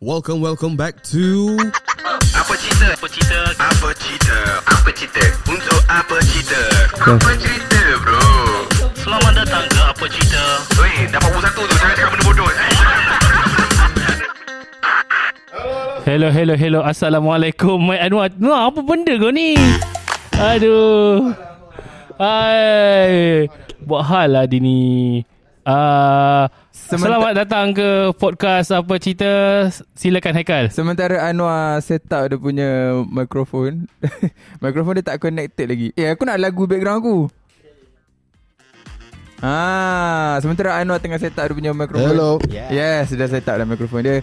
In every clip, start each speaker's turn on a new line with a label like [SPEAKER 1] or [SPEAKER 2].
[SPEAKER 1] Welcome, welcome back to
[SPEAKER 2] Apa cerita? Apa cerita? Apa cerita? Apa cerita? Untuk apa cerita? Apa cerita bro?
[SPEAKER 3] Selamat datang ke Apa Cerita
[SPEAKER 2] Weh, dapat pukul satu tu Jangan cakap benda bodoh
[SPEAKER 3] Hello, hello, hello Assalamualaikum Mai Anwar Nah, apa benda kau ni? Aduh Hai Buat hal lah dia ni uh, Selamat datang ke podcast Apa Cerita Silakan Haikal
[SPEAKER 4] Sementara Anwar set up dia punya mikrofon Mikrofon dia tak connected lagi Eh aku nak lagu background aku Ah, sementara Anwar tengah set up dia punya mikrofon
[SPEAKER 1] Hello.
[SPEAKER 4] Yes, dah set up dah mikrofon dia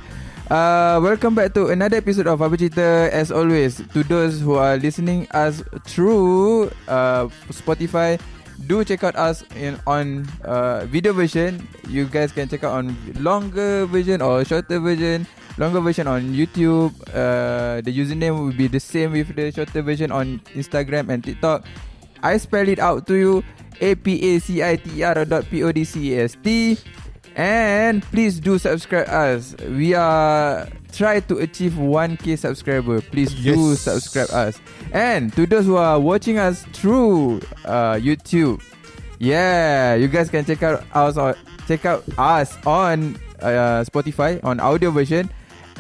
[SPEAKER 4] Uh, welcome back to another episode of Apa Cerita As always, to those who are listening us through uh, Spotify Do check out us in on uh, video version You guys can check out on longer version or shorter version Longer version on YouTube uh, The username will be the same with the shorter version on Instagram and TikTok I spell it out to you A-P-A-C-I-T-R E dot E P-O-D-C-A-S-T And please do subscribe us We are try to achieve 1k subscriber Please do
[SPEAKER 1] Yes.
[SPEAKER 4] subscribe us And to those who are watching us through uh, YouTube Yeah, you guys can check out us on check out us on uh, Spotify on audio version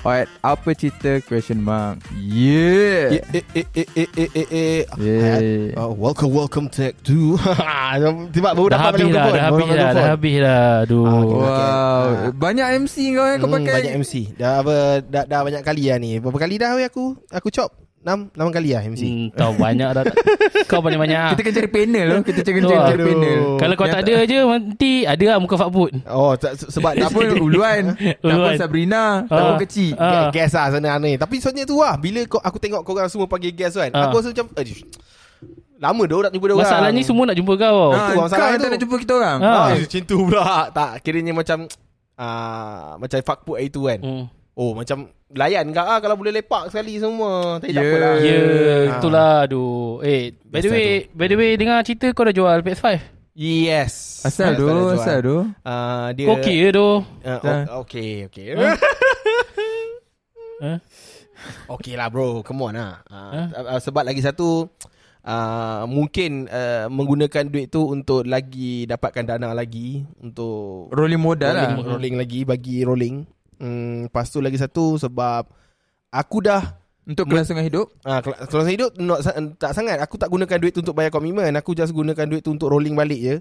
[SPEAKER 4] or at Apa Cerita question mark. Yeah.
[SPEAKER 1] eh, eh, eh, eh, eh, eh, eh, eh.
[SPEAKER 4] Yeah.
[SPEAKER 1] Uh,
[SPEAKER 5] Oh,
[SPEAKER 1] welcome, welcome back to Tiba baru
[SPEAKER 3] Dah
[SPEAKER 1] dapat
[SPEAKER 3] habis dah, dah habis dah, dah habis dah Aduh
[SPEAKER 1] Ah, okay.
[SPEAKER 4] Wow, banyak MC kau yang kau
[SPEAKER 5] Hmm,
[SPEAKER 4] pakai.
[SPEAKER 5] banyak MC. Dah apa dah, dah banyak kali lah ni. Berapa kali dah weh aku? Aku chop. 6 6 kali lah MC.
[SPEAKER 3] hmm, Tahu banyak dah tak- Kau paling banyak
[SPEAKER 4] Kita kena cari panel loh. Kita kena
[SPEAKER 3] Betul
[SPEAKER 4] cari,
[SPEAKER 3] lah.
[SPEAKER 4] cari panel.
[SPEAKER 3] Kalau kau
[SPEAKER 4] Yang
[SPEAKER 3] tak ada je Nanti ada lah muka fakbut
[SPEAKER 5] Oh tak, se- sebab
[SPEAKER 4] tak
[SPEAKER 5] tak
[SPEAKER 4] pun
[SPEAKER 5] apa
[SPEAKER 4] uluan, tak pun
[SPEAKER 3] Uluan.
[SPEAKER 4] Sabrina, tak pun kecil.
[SPEAKER 3] Ah.
[SPEAKER 5] Gas lah sana aneh Tapi sebenarnya tu lah Bila kau, aku tengok korang semua panggil gas kan
[SPEAKER 3] Ah.
[SPEAKER 5] Aku rasa macam Aduh, Lama dah nak jumpa dia orang
[SPEAKER 3] Masalahnya semua nak jumpa kau tau.
[SPEAKER 4] Ah,
[SPEAKER 5] tu orang
[SPEAKER 4] kau
[SPEAKER 5] salah Oh,
[SPEAKER 4] yang tak
[SPEAKER 5] tu.
[SPEAKER 4] nak jumpa kita orang.
[SPEAKER 3] Ah.
[SPEAKER 5] ah. Macam tu pula Tak kiranya macam ah, Macam fuckput hari tu kan
[SPEAKER 3] Hmm.
[SPEAKER 5] Oh macam Layan kau ah, Kalau boleh lepak sekali semua Tapi tak
[SPEAKER 4] Yeah.
[SPEAKER 5] apalah
[SPEAKER 3] Ya, yeah,
[SPEAKER 5] Ah.
[SPEAKER 3] itulah
[SPEAKER 4] ha.
[SPEAKER 3] aduh. Eh, by the
[SPEAKER 5] Biasa
[SPEAKER 3] way, by the way dengar cerita kau dah jual PS5.
[SPEAKER 5] Yes
[SPEAKER 4] Asal tu,
[SPEAKER 5] Jual.
[SPEAKER 4] asal tu. Ha.
[SPEAKER 5] Ah, dia
[SPEAKER 4] Ya.
[SPEAKER 3] Kau okey ke tu?
[SPEAKER 5] Uh,
[SPEAKER 4] Dah.
[SPEAKER 5] o- okay, okay.
[SPEAKER 3] Huh?
[SPEAKER 5] okay lah bro, come on lah. Uh, uh, sebab lagi satu, uh, mungkin uh, menggunakan duit tu untuk lagi dapatkan dana lagi. Untuk
[SPEAKER 4] Rolling modal lah.
[SPEAKER 5] rolling, rolling lagi, bagi rolling. Hmm, lepas tu lagi satu sebab aku dah
[SPEAKER 4] Untuk kelangsungan hidup.
[SPEAKER 5] Ah, kela- kalau saya hidup not, sa- tak sangat aku tak gunakan duit tu untuk bayar komitmen aku just gunakan duit tu untuk rolling balik je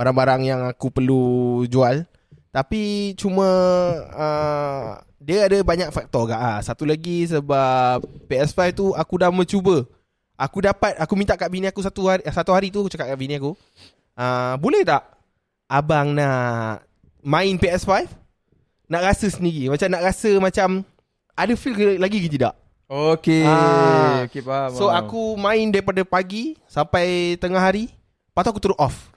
[SPEAKER 5] barang-barang yang aku perlu jual tapi cuma uh, dia ada banyak faktor gak ah satu lagi sebab PS5 tu aku dah mencuba aku dapat aku minta kat bini aku satu hari satu hari tu aku cakap kat bini aku uh, boleh tak abang nak main PS5 nak rasa sendiri macam nak rasa macam ada feel ke- lagi ke tidak
[SPEAKER 4] Okey.
[SPEAKER 5] Ah.
[SPEAKER 4] Okey, faham.
[SPEAKER 5] So
[SPEAKER 4] faham.
[SPEAKER 5] aku main daripada pagi sampai tengah hari. Lepas tu aku turun off.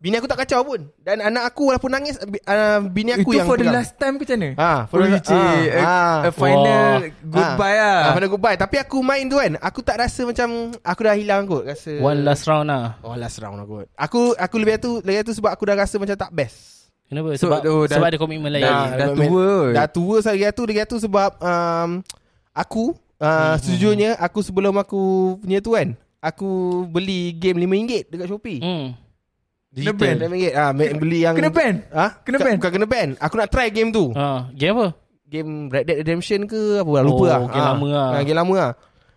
[SPEAKER 5] Bini aku tak kacau pun. Dan anak aku walaupun nangis, bi- uh, bini aku
[SPEAKER 4] Itu
[SPEAKER 5] yang
[SPEAKER 4] for the
[SPEAKER 5] pegang.
[SPEAKER 4] last time ke macam mana?
[SPEAKER 5] Ah, for the
[SPEAKER 4] Oh,
[SPEAKER 5] last.
[SPEAKER 4] cik, a,
[SPEAKER 5] Ah,
[SPEAKER 4] a final
[SPEAKER 3] Wah.
[SPEAKER 4] goodbye lah.
[SPEAKER 5] Ah, pada goodbye. Tapi aku main tu kan, aku tak rasa macam aku dah hilang kot rasa.
[SPEAKER 4] Ya.
[SPEAKER 3] One last round lah.
[SPEAKER 5] Oh last round aku. Aku aku lebih tu, lagi tu sebab aku dah rasa macam tak best.
[SPEAKER 3] Kenapa?
[SPEAKER 4] So,
[SPEAKER 3] Sebab
[SPEAKER 4] oh, dah-
[SPEAKER 3] sebab ada komitmen lain.
[SPEAKER 4] dah- dah
[SPEAKER 5] main-
[SPEAKER 4] tua kot.
[SPEAKER 5] Dah tua saya lagi tu, lagi tu sebab um, aku uh, sejujurnya aku sebelum aku punya tu kan, aku beli game RM5 dekat Shopee.
[SPEAKER 3] Hmm.
[SPEAKER 4] Kena ban.
[SPEAKER 5] Kena ban Ah, ma- beli yang
[SPEAKER 4] Kena ban?
[SPEAKER 5] Ha?
[SPEAKER 4] Kena
[SPEAKER 5] Ka-
[SPEAKER 4] ban?
[SPEAKER 5] Bukan kena ban. Aku nak try game tu.
[SPEAKER 3] Ha, game apa?
[SPEAKER 5] Game Red Dead Redemption ke apa lah lupa
[SPEAKER 3] Oh,
[SPEAKER 5] lah.
[SPEAKER 3] game
[SPEAKER 5] Ah.
[SPEAKER 3] lama lah.
[SPEAKER 5] Ah, game lama lah.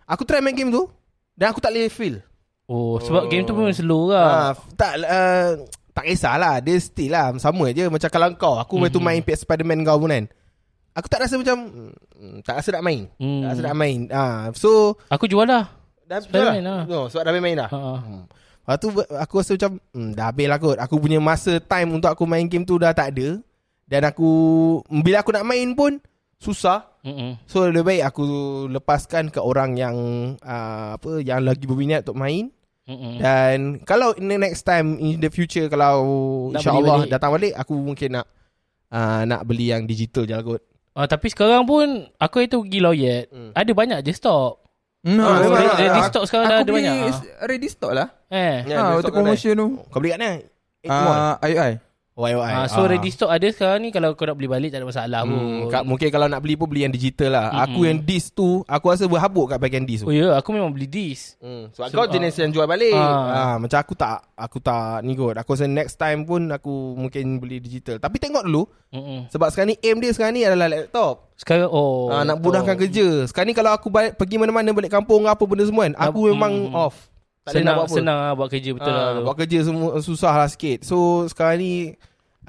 [SPEAKER 5] Aku try main game tu dan aku tak boleh feel.
[SPEAKER 3] Oh, sebab game tu memang
[SPEAKER 5] Ah,
[SPEAKER 3] slow
[SPEAKER 4] Ha.
[SPEAKER 3] lah.
[SPEAKER 5] f- tak uh, tak kisahlah. Dia still lah sama je macam kalau kau aku mm-hmm. tu main PS Spider-Man kau pun kan. Aku tak rasa macam mm, tak rasa nak main.
[SPEAKER 3] Hmm.
[SPEAKER 5] Tak rasa nak main. Ah, so
[SPEAKER 3] Aku jual dah.
[SPEAKER 5] dah
[SPEAKER 3] Spider-Man
[SPEAKER 5] dah
[SPEAKER 3] lah.
[SPEAKER 5] No, sebab dah main dah.
[SPEAKER 3] Ha.
[SPEAKER 5] Hmm. Lepas tu be- aku rasa macam hmm, Dah habis lah kot Aku punya masa time untuk aku main game tu dah tak ada Dan aku Bila aku nak main pun Susah
[SPEAKER 3] Mm-mm.
[SPEAKER 5] So lebih baik aku lepaskan ke orang yang uh, Apa Yang lagi berminat untuk main
[SPEAKER 3] Mm-mm.
[SPEAKER 4] Ya.
[SPEAKER 5] Dan Kalau in the next time In the future Kalau
[SPEAKER 3] Nak
[SPEAKER 5] InsyaAllah
[SPEAKER 3] beli balik.
[SPEAKER 5] datang balik Aku mungkin nak uh, Nak beli yang digital je lah kot
[SPEAKER 3] Ah, tapi sekarang pun aku itu pergi Loyet.
[SPEAKER 5] Hmm.
[SPEAKER 3] Ada banyak je stok.
[SPEAKER 4] No,
[SPEAKER 5] Ah,
[SPEAKER 4] memang
[SPEAKER 5] dia-
[SPEAKER 4] lah.
[SPEAKER 5] dia
[SPEAKER 3] di stock sekarang dah
[SPEAKER 4] Aku
[SPEAKER 3] ada
[SPEAKER 4] beli
[SPEAKER 3] banyak, ah.
[SPEAKER 4] s- Ready stock lah.
[SPEAKER 5] Ya,
[SPEAKER 3] Eh.
[SPEAKER 4] Ah,
[SPEAKER 5] dia
[SPEAKER 4] untuk
[SPEAKER 5] stock kat
[SPEAKER 4] promotion Ah. tu.
[SPEAKER 5] Kau beli kat mana? Uh,
[SPEAKER 4] Ah, ayo ai.
[SPEAKER 5] oh YOI.
[SPEAKER 3] Ah, so ready stock ada sekarang ni kalau kau nak beli balik tak ada masalah
[SPEAKER 5] Hmm,
[SPEAKER 3] pun.
[SPEAKER 5] kat, mungkin kalau nak beli pun beli yang digital lah.
[SPEAKER 3] Mm-mm.
[SPEAKER 5] Aku yang disc tu, aku rasa berhabuk kat bahagian disc
[SPEAKER 3] Oh
[SPEAKER 5] tu.
[SPEAKER 3] ya, yeah, aku memang beli disc.
[SPEAKER 5] Hmm, sebab
[SPEAKER 3] So,
[SPEAKER 5] kau
[SPEAKER 3] ah.
[SPEAKER 5] jenis yang jual balik. Ah.
[SPEAKER 3] Ah.
[SPEAKER 5] macam aku tak, aku tak ni kot. Aku rasa next time pun aku mungkin beli digital. Tapi tengok dulu
[SPEAKER 3] Mm-mm.
[SPEAKER 5] sebab sekarang ni aim dia sekarang ni adalah laptop.
[SPEAKER 3] Sekarang oh.
[SPEAKER 5] Ah, nak mudahkan kerja. Sekarang ni kalau aku balik, pergi mana-mana balik kampung apa benda semua kan, aku
[SPEAKER 3] Nak-
[SPEAKER 5] memang
[SPEAKER 3] mm.
[SPEAKER 5] off. Tak
[SPEAKER 3] senang,
[SPEAKER 5] senang, nak buat apa.
[SPEAKER 3] Senang lah buat kerja betul
[SPEAKER 5] Ah,
[SPEAKER 3] lah. tu.
[SPEAKER 5] Buat kerja semua susah lah sikit. So sekarang ni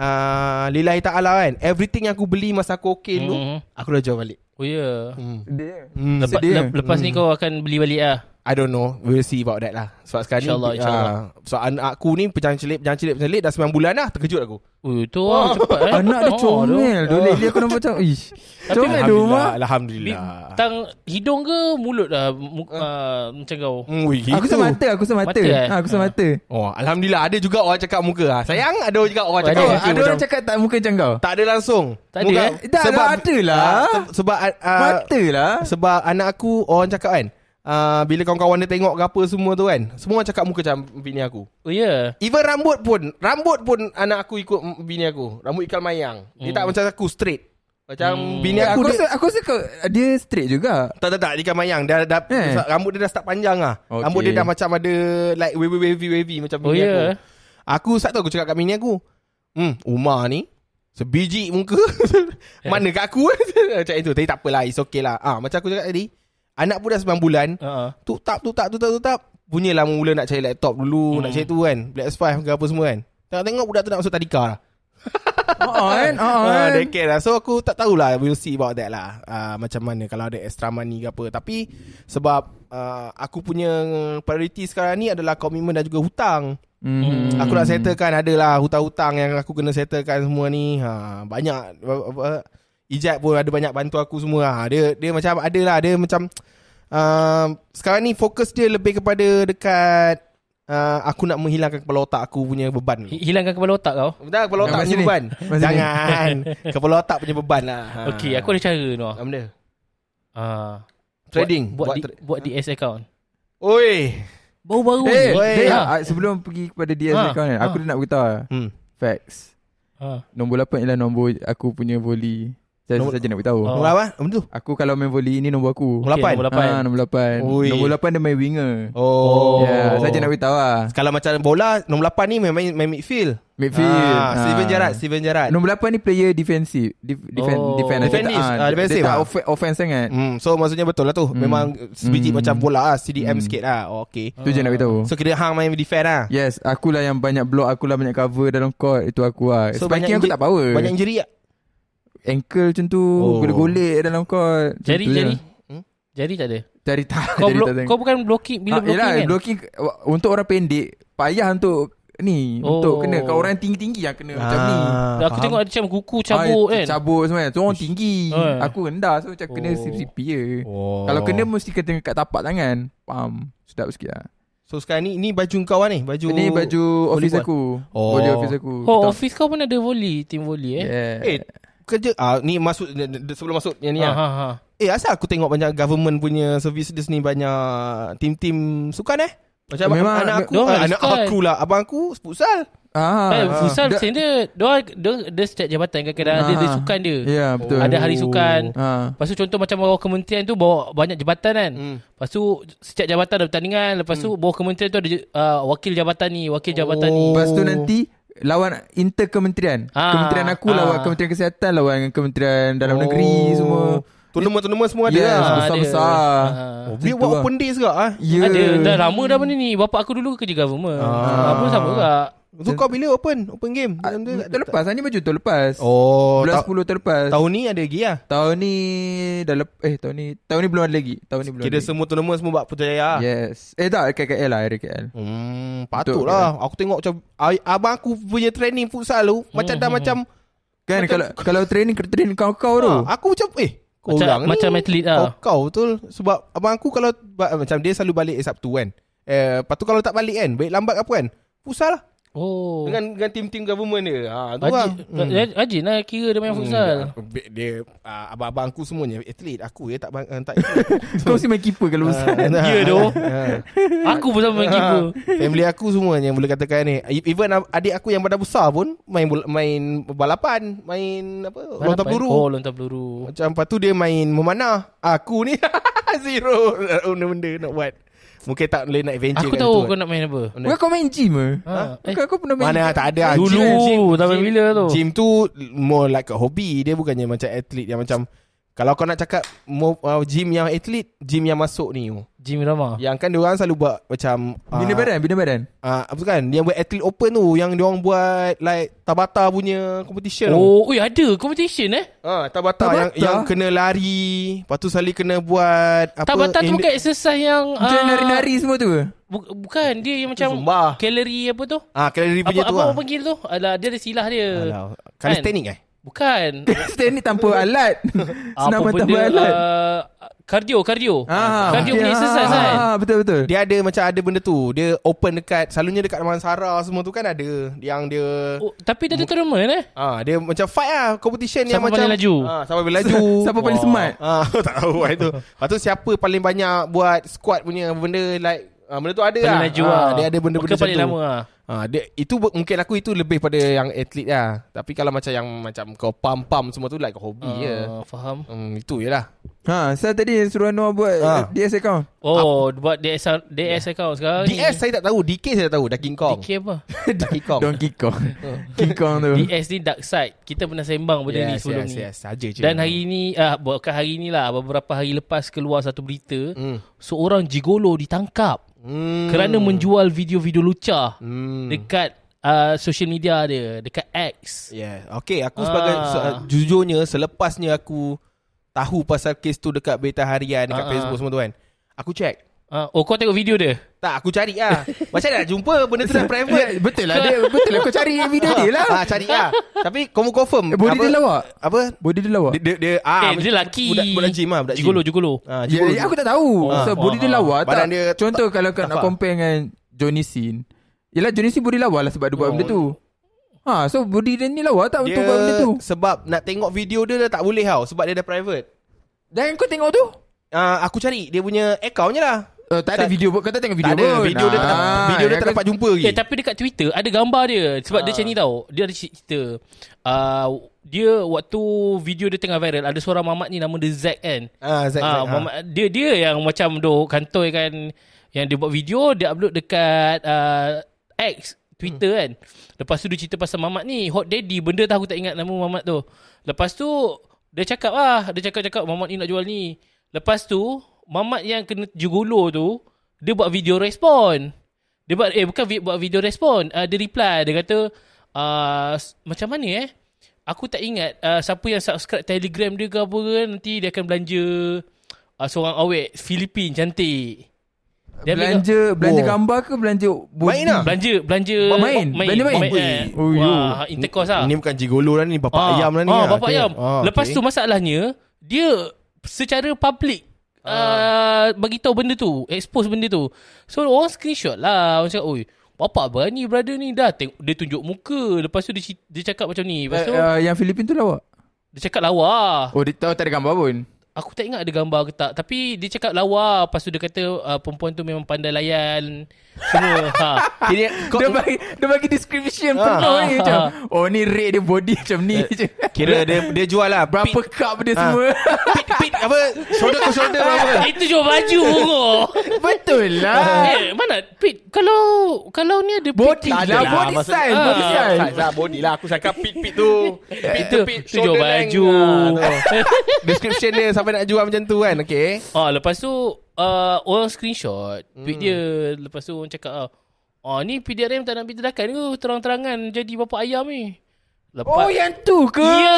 [SPEAKER 5] ah lillahi taala kan, everything yang aku beli masa aku okey dulu,
[SPEAKER 3] Mm-mm.
[SPEAKER 5] aku dah jual balik.
[SPEAKER 3] Mm-hmm. Oh ya. Yeah.
[SPEAKER 5] Hmm.
[SPEAKER 4] Dia
[SPEAKER 5] Hmm.
[SPEAKER 3] Lepas,
[SPEAKER 4] Sedih.
[SPEAKER 3] lep, lepas ni kau akan beli balik lah.
[SPEAKER 5] I don't know We'll see about that lah Sebab sekarang
[SPEAKER 3] InsyaAllah,
[SPEAKER 5] ni
[SPEAKER 3] insyaAllah.
[SPEAKER 5] ah, Sebab anak aku ni Pecahan celik Pecahan celik Pecahan celik Dah 9 bulan dah Terkejut aku
[SPEAKER 3] Oh,
[SPEAKER 5] Ah.
[SPEAKER 3] tu lah cepat eh.
[SPEAKER 4] Anak dia
[SPEAKER 3] Oh, tu.
[SPEAKER 4] comel Dulu dia aku nampak macam Ish Comel di rumah
[SPEAKER 5] Alhamdulillah Alhamdulillah
[SPEAKER 3] Bintang hidung ke mulut lah mu,
[SPEAKER 5] Ah.
[SPEAKER 3] uh, macam kau.
[SPEAKER 5] Hmm, wih,
[SPEAKER 4] Aku
[SPEAKER 5] gitu.
[SPEAKER 4] semata Aku semata
[SPEAKER 3] Mata, eh?
[SPEAKER 4] Ah, Aku semata
[SPEAKER 5] Oh, Alhamdulillah Ada juga orang cakap muka ah. Sayang ada juga orang cakap
[SPEAKER 3] Ada,
[SPEAKER 5] muka.
[SPEAKER 4] Oh, Ada orang cakap tak muka macam kau
[SPEAKER 5] Tak ada langsung
[SPEAKER 3] Tak ada, eh?
[SPEAKER 4] Dah lah, ada lah.
[SPEAKER 5] Ah, se- Sebab ah,
[SPEAKER 4] Mata lah
[SPEAKER 5] Sebab anak aku Orang cakap kan ah, Bila kawan-kawan dia tengok ke apa semua tu kan Semua orang cakap muka macam bini aku
[SPEAKER 3] Oh ya.
[SPEAKER 5] Even rambut pun Rambut pun anak aku ikut m- bini aku Rambut ikal mayang Dia tak macam aku straight Macam bini
[SPEAKER 4] Ya,
[SPEAKER 5] aku
[SPEAKER 4] Aku
[SPEAKER 5] dia,
[SPEAKER 4] rasa Aku rasa kau Dia straight juga
[SPEAKER 5] Tak tak tak Ikan mayang dia, dah,
[SPEAKER 4] Eh.
[SPEAKER 5] eh. Rambut dia dah start panjang lah
[SPEAKER 4] Okey.
[SPEAKER 5] okay. Rambut dia dah macam ada Like wavy wavy wavy Macam
[SPEAKER 3] Oh,
[SPEAKER 5] bini
[SPEAKER 3] ya.
[SPEAKER 5] aku Aku satu aku cakap kat bini aku Hmm Umar ni Sebiji muka Mana kat aku Macam itu Tapi tak apalah It's okay lah ah, Macam aku cakap tadi Anak pun dah 9 bulan
[SPEAKER 3] Yeah. Uh-huh.
[SPEAKER 5] Tuk tap tuk tap tuk tap tuk tap Punyalah mula nak cari laptop dulu
[SPEAKER 3] Hmm.
[SPEAKER 5] Nak cari tu kan Black S5 ke apa semua kan Tengok-tengok budak tu nak masuk tadika lah
[SPEAKER 4] Oh kan Oh
[SPEAKER 5] Ah,
[SPEAKER 4] kan
[SPEAKER 5] daycare lah So aku tak tahulah We'll see about that lah Ah, Macam mana Kalau ada extra money ke apa Tapi Sebab ah, Aku punya Priority sekarang ni Adalah komitmen dan juga hutang
[SPEAKER 4] Hmm.
[SPEAKER 5] Aku nak settlekan Adalah hutang-hutang Yang aku kena settlekan semua ni ha, Banyak apa, apa, Ijat pun ada banyak bantu aku semua ha, Dia dia macam ada lah Dia macam uh, Sekarang ni fokus dia lebih kepada Dekat uh, Aku nak menghilangkan kepala otak aku punya beban
[SPEAKER 3] Hilangkan kepala otak kau.
[SPEAKER 5] Dah kepala otak
[SPEAKER 4] Masa
[SPEAKER 5] punya
[SPEAKER 4] ni.
[SPEAKER 5] beban
[SPEAKER 4] Masa ni.
[SPEAKER 5] Jangan Kepala otak punya beban lah ha.
[SPEAKER 3] Okey, aku ada cara Noah.
[SPEAKER 5] Apa benda?
[SPEAKER 3] Ah.
[SPEAKER 5] Trading
[SPEAKER 3] Buat buat, di,
[SPEAKER 5] tra-
[SPEAKER 3] buat DS account.
[SPEAKER 5] Oi
[SPEAKER 3] Baru-baru ni.
[SPEAKER 4] Eh,
[SPEAKER 5] Oi.
[SPEAKER 4] eh,
[SPEAKER 3] Ha.
[SPEAKER 4] ah, sebelum pergi kepada DS
[SPEAKER 3] Ha,
[SPEAKER 4] account kan, aku
[SPEAKER 3] ha.
[SPEAKER 4] dah nak beritahu lah.
[SPEAKER 5] hmm.
[SPEAKER 4] facts.
[SPEAKER 3] Ha.
[SPEAKER 4] Nombor 8 ialah nombor aku punya voli. Saya
[SPEAKER 5] Nombor-
[SPEAKER 4] saja nak beritahu.
[SPEAKER 3] Oh.
[SPEAKER 5] Nombor apa? Apa tu?
[SPEAKER 4] Aku kalau main voli ini nombor aku.
[SPEAKER 5] Nombor lapan.
[SPEAKER 3] Nombor lapan.
[SPEAKER 4] Ha, nombor 8.
[SPEAKER 5] Ui.
[SPEAKER 4] Nombor 8 dia main winger.
[SPEAKER 5] Oh,
[SPEAKER 4] Ya, yeah, saja nak beritahu lah.
[SPEAKER 5] Kalau macam bola Nombor 8 ni main, main, main midfield
[SPEAKER 4] Midfield.
[SPEAKER 5] ah, Steven Gerrard Steven Gerrard
[SPEAKER 4] Nombor 8 ni player defensive. Def, defend,
[SPEAKER 3] Oh.
[SPEAKER 4] defend. Dia
[SPEAKER 5] Defendis.
[SPEAKER 4] tak-
[SPEAKER 5] Ah, defensive
[SPEAKER 4] Dia tak
[SPEAKER 5] ah.
[SPEAKER 4] off, offense sangat.
[SPEAKER 5] Hmm, so maksudnya betul lah tu hmm. Memang sebiji hmm.
[SPEAKER 4] Hmm.
[SPEAKER 5] macam bola lah CDM
[SPEAKER 4] Hmm. Ya.
[SPEAKER 5] hmm. sikit lah oh, Okay
[SPEAKER 4] Tu je nak beritahu.
[SPEAKER 5] So kira hang main defend lah
[SPEAKER 4] Yes, akulah yang banyak block, akulah banyak cover dalam court. Itu aku lah. So, Spiking aku
[SPEAKER 5] inju-
[SPEAKER 4] tak power.
[SPEAKER 5] Banyak injury lah. tak?
[SPEAKER 4] Ankle macam tu,
[SPEAKER 5] Oh.
[SPEAKER 4] golek-golek dalam court. Macam
[SPEAKER 3] Jari
[SPEAKER 4] tu je.
[SPEAKER 3] jari.
[SPEAKER 5] Hmm?
[SPEAKER 3] Jari tak ada.
[SPEAKER 4] Jari tak.
[SPEAKER 3] Kau
[SPEAKER 4] jari
[SPEAKER 3] blok,
[SPEAKER 4] tak
[SPEAKER 3] kau bukan blocking bila
[SPEAKER 4] Ah,
[SPEAKER 3] blocking
[SPEAKER 4] yelah,
[SPEAKER 3] kan.
[SPEAKER 4] blocking uh, untuk orang pendek payah untuk
[SPEAKER 3] Oh.
[SPEAKER 4] ni oh. untuk kena kalau orang tinggi-tinggi yang kena macam ni.
[SPEAKER 3] Ya,
[SPEAKER 5] Ah,
[SPEAKER 3] aku tengok ada macam kuku cabut
[SPEAKER 4] Ah,
[SPEAKER 3] kan.
[SPEAKER 4] Cabut semua. Tu orang tinggi.
[SPEAKER 3] Eh.
[SPEAKER 4] Aku rendah so macam kena ya.
[SPEAKER 3] Oh.
[SPEAKER 4] sipi-sipi je.
[SPEAKER 5] oh.
[SPEAKER 4] Kalau kena mesti kena kat tapak tangan. Faham? Sedap sikit lah.
[SPEAKER 5] So sekarang ni Ni baju kau lah ni Baju
[SPEAKER 4] Ini baju office
[SPEAKER 5] buat.
[SPEAKER 4] aku.
[SPEAKER 5] Oh.
[SPEAKER 4] Boleh office aku.
[SPEAKER 3] Oh,
[SPEAKER 4] Betul.
[SPEAKER 3] office kau pun ada volley, team volley eh.
[SPEAKER 4] Yeah.
[SPEAKER 5] Eh kerja ah, Ni masuk de- de- de- Sebelum masuk yang ni
[SPEAKER 3] Ha
[SPEAKER 5] lah
[SPEAKER 3] ha ha.
[SPEAKER 5] Eh asal aku tengok banyak government punya services ni banyak tim-tim sukan eh? Macam
[SPEAKER 4] Memang-
[SPEAKER 5] anak aku,
[SPEAKER 3] Diorang
[SPEAKER 5] anak
[SPEAKER 3] sukan.
[SPEAKER 5] aku lah, abang aku futsal.
[SPEAKER 4] Ah,
[SPEAKER 3] Eh,
[SPEAKER 4] ah.
[SPEAKER 3] Fusal
[SPEAKER 4] Da-
[SPEAKER 3] macam dia, dia, dia, dia setiap jabatan kadang-kadang ada, dia
[SPEAKER 4] Ah.
[SPEAKER 3] sukan dia.
[SPEAKER 4] Ya, yeah, betul.
[SPEAKER 3] Ada hari sukan.
[SPEAKER 4] Ah.
[SPEAKER 3] Lepas tu contoh macam bawah kementerian tu bawa banyak jabatan kan.
[SPEAKER 4] Mm.
[SPEAKER 3] Hmm.
[SPEAKER 5] Hmm.
[SPEAKER 3] Lepas tu setiap jabatan ada pertandingan, lepas tu bawah kementerian tu ada uh, wakil jabatan ni, wakil jabatan ni.
[SPEAKER 5] Oh.
[SPEAKER 4] Lepas tu nanti lawan interkementerian.
[SPEAKER 3] Ah,
[SPEAKER 4] kementerian aku
[SPEAKER 3] ah.
[SPEAKER 4] lawan kementerian kesihatan lawan dengan kementerian dalam
[SPEAKER 5] Oh.
[SPEAKER 4] negeri semua. Ya,
[SPEAKER 5] Tournament-tournament semua ada
[SPEAKER 4] Yes,
[SPEAKER 5] lah.
[SPEAKER 3] Ah,
[SPEAKER 4] besar-besar.
[SPEAKER 3] ada. Ah.
[SPEAKER 5] Oh, dia buat
[SPEAKER 4] Itu lah.
[SPEAKER 5] open days ke ah?
[SPEAKER 4] Ya.
[SPEAKER 3] Ada dah lama dah benda ni. Bapak aku dulu kerja government. Ah. Apa sama juga.
[SPEAKER 5] Tu kau bila open? Open game?
[SPEAKER 4] Ah,
[SPEAKER 5] Dalam tu-
[SPEAKER 4] Terlepas Hari ni baju terlepas
[SPEAKER 5] Oh,
[SPEAKER 4] oh, Bulan
[SPEAKER 5] ta-
[SPEAKER 4] 10 terlepas
[SPEAKER 5] tahun ni ada lagi lah.
[SPEAKER 4] Tahun ni dah lep- Eh tahun ni Tahun ni belum ada lagi Tahun ni belum
[SPEAKER 5] Kira
[SPEAKER 4] ada lagi.
[SPEAKER 5] semua tournament semua buat Putrajaya lah.
[SPEAKER 4] Yes Eh tak KKL lah RKL
[SPEAKER 5] Hmm,
[SPEAKER 4] Betul
[SPEAKER 5] patutlah. Aku tengok macam ai- abang aku punya training futsal tu
[SPEAKER 3] Hmm,
[SPEAKER 5] macam dah macam
[SPEAKER 4] Kan kalau kalau training kena Train kau-kau tu
[SPEAKER 5] Ah, aku macam eh kau
[SPEAKER 3] Macam-
[SPEAKER 5] orang ni
[SPEAKER 3] macam atlet lah.
[SPEAKER 5] Kau kau betul sebab abang aku kalau ba- macam dia selalu balik Sabtu kan. Eh, lepas tu kalau tak balik kan, balik lambat ke apa kan? Pusal lah.
[SPEAKER 3] Oh.
[SPEAKER 5] Dengan dengan tim-tim government dia. Ha tu
[SPEAKER 3] Haji,
[SPEAKER 5] lah.
[SPEAKER 3] hmm. Haji lah kira dia main futsal.
[SPEAKER 5] Hmm, dia- Dia ah, abang-abang aku semuanya atlet. Aku je tak bang- ah, tak. ikut.
[SPEAKER 4] Kau mesti main keeper kalau besar
[SPEAKER 5] Kan?
[SPEAKER 3] Ya doh.
[SPEAKER 5] Ah.
[SPEAKER 3] Aku pun sama main keeper.
[SPEAKER 5] Ah, Family aku semuanya yang boleh katakan ni. E- Even ab- adik aku yang badan besar pun main bol- main balapan, main apa? Lontar peluru.
[SPEAKER 3] Oh, lontar peluru.
[SPEAKER 5] Macam lepas tu dia main memanah. Aku ni zero benda-benda nak buat. Mungkin tak boleh nak adventure
[SPEAKER 3] Aku
[SPEAKER 5] kat
[SPEAKER 3] tahu
[SPEAKER 5] situ
[SPEAKER 3] kau
[SPEAKER 5] kan.
[SPEAKER 3] nak main apa.
[SPEAKER 4] Bukan kau main gym ke?
[SPEAKER 3] Ha. Eh,
[SPEAKER 4] Bukan kau pernah main
[SPEAKER 5] Mana tak ada
[SPEAKER 3] Dulu, tak tahu bila tu.
[SPEAKER 5] Gym tu More like a hobby Dia bukannya macam atlet Yang macam Kalau kau nak cakap mo- uh, Gym yang atlet Gym yang masuk ni oh.
[SPEAKER 3] Jimmy Rama.
[SPEAKER 5] Yang kan diorang selalu buat Macam ah,
[SPEAKER 4] Bina badan Bina badan
[SPEAKER 5] Ah, apa tu kan? Yang buat athlete open tu yang diorang buat like Tabata punya competition tu.
[SPEAKER 3] Oh, oi ada competition eh.
[SPEAKER 5] Ah, Tabata, yang
[SPEAKER 4] Tabata?
[SPEAKER 5] yang kena lari, lepas tu sali kena buat apa
[SPEAKER 3] Tabata tu
[SPEAKER 5] in-
[SPEAKER 3] bukan exercise yang
[SPEAKER 4] Macam
[SPEAKER 3] ah,
[SPEAKER 4] nari-nari semua tu ke?
[SPEAKER 3] bu- bukan dia yang macam
[SPEAKER 5] Zumba.
[SPEAKER 3] kalori apa tu?
[SPEAKER 5] Ah, kena lari
[SPEAKER 3] Apa
[SPEAKER 5] punya
[SPEAKER 3] apa Kan?
[SPEAKER 5] tu.
[SPEAKER 3] orang panggil tu? Alah, dia ada silah dia.
[SPEAKER 5] Alah, calisthenic eh?
[SPEAKER 3] Bukan.
[SPEAKER 4] Stand ni tanpa alat
[SPEAKER 3] apa
[SPEAKER 4] Senaman tanpa
[SPEAKER 3] benda
[SPEAKER 4] alat
[SPEAKER 3] uh, kardio kardio
[SPEAKER 5] Ha?
[SPEAKER 4] Ah,
[SPEAKER 3] kardio
[SPEAKER 4] okey,
[SPEAKER 3] punya
[SPEAKER 4] ah,
[SPEAKER 3] exercise
[SPEAKER 4] ah,
[SPEAKER 3] kan
[SPEAKER 4] ah, Betul betul.
[SPEAKER 5] Dia ada macam ada benda tu. Dia open dekat selalunya dekat Mansara semua tu kan ada yang dia
[SPEAKER 3] oh, tapi dia ada tournament eh
[SPEAKER 5] Ah, dia macam fight lah competition
[SPEAKER 3] Siapa
[SPEAKER 5] yang macam
[SPEAKER 3] paling laju?
[SPEAKER 5] Ah, siapa paling laju?
[SPEAKER 4] Siapa paling
[SPEAKER 5] Wah.
[SPEAKER 4] smart?
[SPEAKER 5] Ah, tak tahu lah itu. Lepas tu siapa paling banyak buat squat punya benda like ah, benda tu ada
[SPEAKER 3] paling
[SPEAKER 5] lah.
[SPEAKER 3] laju
[SPEAKER 5] Ah,
[SPEAKER 3] lah
[SPEAKER 5] Dia ada benda-benda
[SPEAKER 3] Bukan
[SPEAKER 5] macam
[SPEAKER 3] paling
[SPEAKER 5] tu.
[SPEAKER 3] lama lah
[SPEAKER 5] Ha, dia, itu bu- mungkin aku itu lebih pada yang atlet lah. Tapi kalau macam yang macam kau pam-pam semua tu like hobi
[SPEAKER 3] Ah,
[SPEAKER 5] uh. je.
[SPEAKER 3] faham
[SPEAKER 5] Hmm, itu je lah.
[SPEAKER 4] Ha, saya tadi yang suruh Noah buat
[SPEAKER 5] Ah.
[SPEAKER 4] uh, DS account.
[SPEAKER 3] oh buat DS a- DS account sekarang ni.
[SPEAKER 5] DS saya tak tahu. DK saya tak tahu. Daking Kong.
[SPEAKER 3] DK apa
[SPEAKER 5] Daking Kong.
[SPEAKER 4] Donkey Kong. King Kong tu.
[SPEAKER 3] DS ni dark side kita pernah sembang
[SPEAKER 5] Hmm.
[SPEAKER 3] benda ni
[SPEAKER 5] Yes,
[SPEAKER 3] sebelum
[SPEAKER 5] yes,
[SPEAKER 3] ni
[SPEAKER 5] yes. Saja je.
[SPEAKER 3] dan hari ni ah bukan hari ni lah beberapa hari lepas keluar satu berita
[SPEAKER 5] Hmm.
[SPEAKER 3] seorang gigolo ditangkap
[SPEAKER 5] Hmm.
[SPEAKER 3] kerana menjual video-video lucah
[SPEAKER 5] Hmm.
[SPEAKER 3] dekat ah, social media dia dekat X
[SPEAKER 5] Yeah. Okay, aku sebagai
[SPEAKER 3] Ah.
[SPEAKER 5] se- jujurnya selepasnya aku tahu pasal kes tu dekat berita harian dekat
[SPEAKER 3] Ah, ah.
[SPEAKER 5] Facebook semua tu kan. Aku check.
[SPEAKER 3] Ah, oh kau tengok video dia
[SPEAKER 5] Tak, aku cari lah. Macam mana nak jumpa benda tu dah private.
[SPEAKER 4] Betul lah dia. Betul lah kau cari video dia lah.
[SPEAKER 5] Ah, cari lah. Tapi kamu confirm.
[SPEAKER 4] Eh, body
[SPEAKER 5] apa-
[SPEAKER 4] dia lawak.
[SPEAKER 5] Apa?
[SPEAKER 4] Body dia lawak.
[SPEAKER 5] Dia, dia, dia, ah,
[SPEAKER 3] eh, dia lelaki.
[SPEAKER 5] Budak, budak gym lah budak
[SPEAKER 3] Jigolo,
[SPEAKER 5] gym.
[SPEAKER 3] jigolo.
[SPEAKER 5] Ah,
[SPEAKER 4] Ya,
[SPEAKER 5] gigolo.
[SPEAKER 4] ya, aku tak tahu.
[SPEAKER 5] Oh,
[SPEAKER 4] so, body dia
[SPEAKER 3] ah,
[SPEAKER 4] lawak
[SPEAKER 5] badan
[SPEAKER 4] tak.
[SPEAKER 5] dia
[SPEAKER 4] Contoh kalau kau nak
[SPEAKER 5] tak faham.
[SPEAKER 4] compare dengan Johnny Sin. Yelah Johnny Sin body lawak lah sebab dia buat
[SPEAKER 5] Oh.
[SPEAKER 4] benda tu. Ha, so body dia ni lawak tak
[SPEAKER 5] dia
[SPEAKER 4] untuk buat benda tu.
[SPEAKER 5] sebab nak tengok video dia dah tak boleh tau sebab dia dah private.
[SPEAKER 4] Dan kau tengok tu?
[SPEAKER 5] Ah, aku cari dia punya account je lah.
[SPEAKER 4] Eh, tak ada
[SPEAKER 5] Tak-
[SPEAKER 4] video pun. Kau tak tengok video
[SPEAKER 5] Video tak ada
[SPEAKER 4] pun.
[SPEAKER 5] video dia tak
[SPEAKER 4] Ah,
[SPEAKER 5] dapat, video dia
[SPEAKER 4] yang
[SPEAKER 5] tak
[SPEAKER 4] kau-
[SPEAKER 5] dapat jumpa lagi.
[SPEAKER 3] Eh, tapi dekat Twitter ada gambar dia. Sebab
[SPEAKER 5] Ah.
[SPEAKER 3] dia macam ni tau. Dia ada cerita. Ah, dia waktu video dia tengah viral, ada seorang mamat ni nama dia Zack kan.
[SPEAKER 5] Ah, Zack, Zack,
[SPEAKER 3] Ah,
[SPEAKER 5] ah.
[SPEAKER 3] mamat, dia dia yang macam duk kantoi kan. Yang dia buat video, dia upload dekat ah, X. Twitter
[SPEAKER 5] Hmm.
[SPEAKER 3] kan Lepas tu dia cerita pasal mamat ni Hot Daddy Benda tak aku tak ingat nama mamat tu Lepas tu Dia cakap ah Dia cakap-cakap Mamat ni nak jual ni Lepas tu Mamat yang kena jugolo tu Dia buat video respon Dia buat Eh bukan vi- buat video respon uh, Dia reply Dia kata uh, Macam mana eh Aku tak ingat uh, Siapa yang subscribe telegram dia ke apa ke Nanti dia akan belanja uh, Seorang awet Filipin cantik Dia ambil-
[SPEAKER 4] Belanja belanja
[SPEAKER 5] Oh.
[SPEAKER 4] gambar ke belanja body?
[SPEAKER 5] Main lah.
[SPEAKER 3] Belanja Belanja
[SPEAKER 4] Main, belanja main.
[SPEAKER 3] eh,
[SPEAKER 4] Oh,
[SPEAKER 3] Wah intercourse lah
[SPEAKER 5] Ni bukan gigolo lah ni, bapak ayam lah ni.
[SPEAKER 3] ah,
[SPEAKER 5] ah.
[SPEAKER 3] Bapak
[SPEAKER 5] Tengok.
[SPEAKER 3] ayam
[SPEAKER 5] Ah,
[SPEAKER 3] Lepas
[SPEAKER 5] okay.
[SPEAKER 3] tu masalahnya Dia Secara public ah. uh, Bagi tahu benda tu Expose benda tu So orang screenshot lah Orang cakap Oi Bapak berani brother ni Dah tengok, dia tunjuk muka Lepas tu dia, ci- dia cakap macam ni Lepas tu
[SPEAKER 4] Eh, eh, yang Filipin tu lawak.
[SPEAKER 3] Dia cakap lawa
[SPEAKER 4] Oh, dia tahu tak ada gambar pun.
[SPEAKER 3] Aku tak ingat ada gambar ke tak Tapi dia cakap lawa Lepas tu dia kata uh, Perempuan tu memang pandai layan Semua ha.
[SPEAKER 5] Jadi, kau,
[SPEAKER 4] dia bagi dia bagi description
[SPEAKER 5] Ah. Eh,
[SPEAKER 4] penuh ni
[SPEAKER 3] Ah.
[SPEAKER 4] macam oh ni rate dia body macam ni je.
[SPEAKER 5] kira dia, dia jual lah.
[SPEAKER 4] Berapa
[SPEAKER 5] Pit,
[SPEAKER 4] cup dia semua.
[SPEAKER 5] pit, pit, apa? Shoulder to shoulder lah apa?
[SPEAKER 3] Itu lah. jual baju bongok
[SPEAKER 4] Betul lah.
[SPEAKER 3] Eh mana Pit Kalau Kalau ni ada pit
[SPEAKER 4] Body
[SPEAKER 3] tak ada
[SPEAKER 4] lah, body
[SPEAKER 5] maksud-
[SPEAKER 4] size,
[SPEAKER 5] Ah,
[SPEAKER 4] body size.
[SPEAKER 5] size lah, body lah. Aku cakap pit, pit tu. Pit
[SPEAKER 3] Itu
[SPEAKER 5] tu, pit.
[SPEAKER 3] Itu jual
[SPEAKER 5] shoulder length.
[SPEAKER 3] baju
[SPEAKER 4] lah
[SPEAKER 5] Ah, tu. Description dia sampai nak jual macam tu kan, okay?
[SPEAKER 3] Ah lepas tu uh, Orang screenshot
[SPEAKER 4] Hmm.
[SPEAKER 3] Tweet dia Lepas tu orang cakap ah, Ah ni PDRM tak nak pergi tindakan ke Terang-terangan jadi bapak ayam ni
[SPEAKER 4] Oh
[SPEAKER 3] Lepas
[SPEAKER 4] yang tu ke?
[SPEAKER 3] Ya.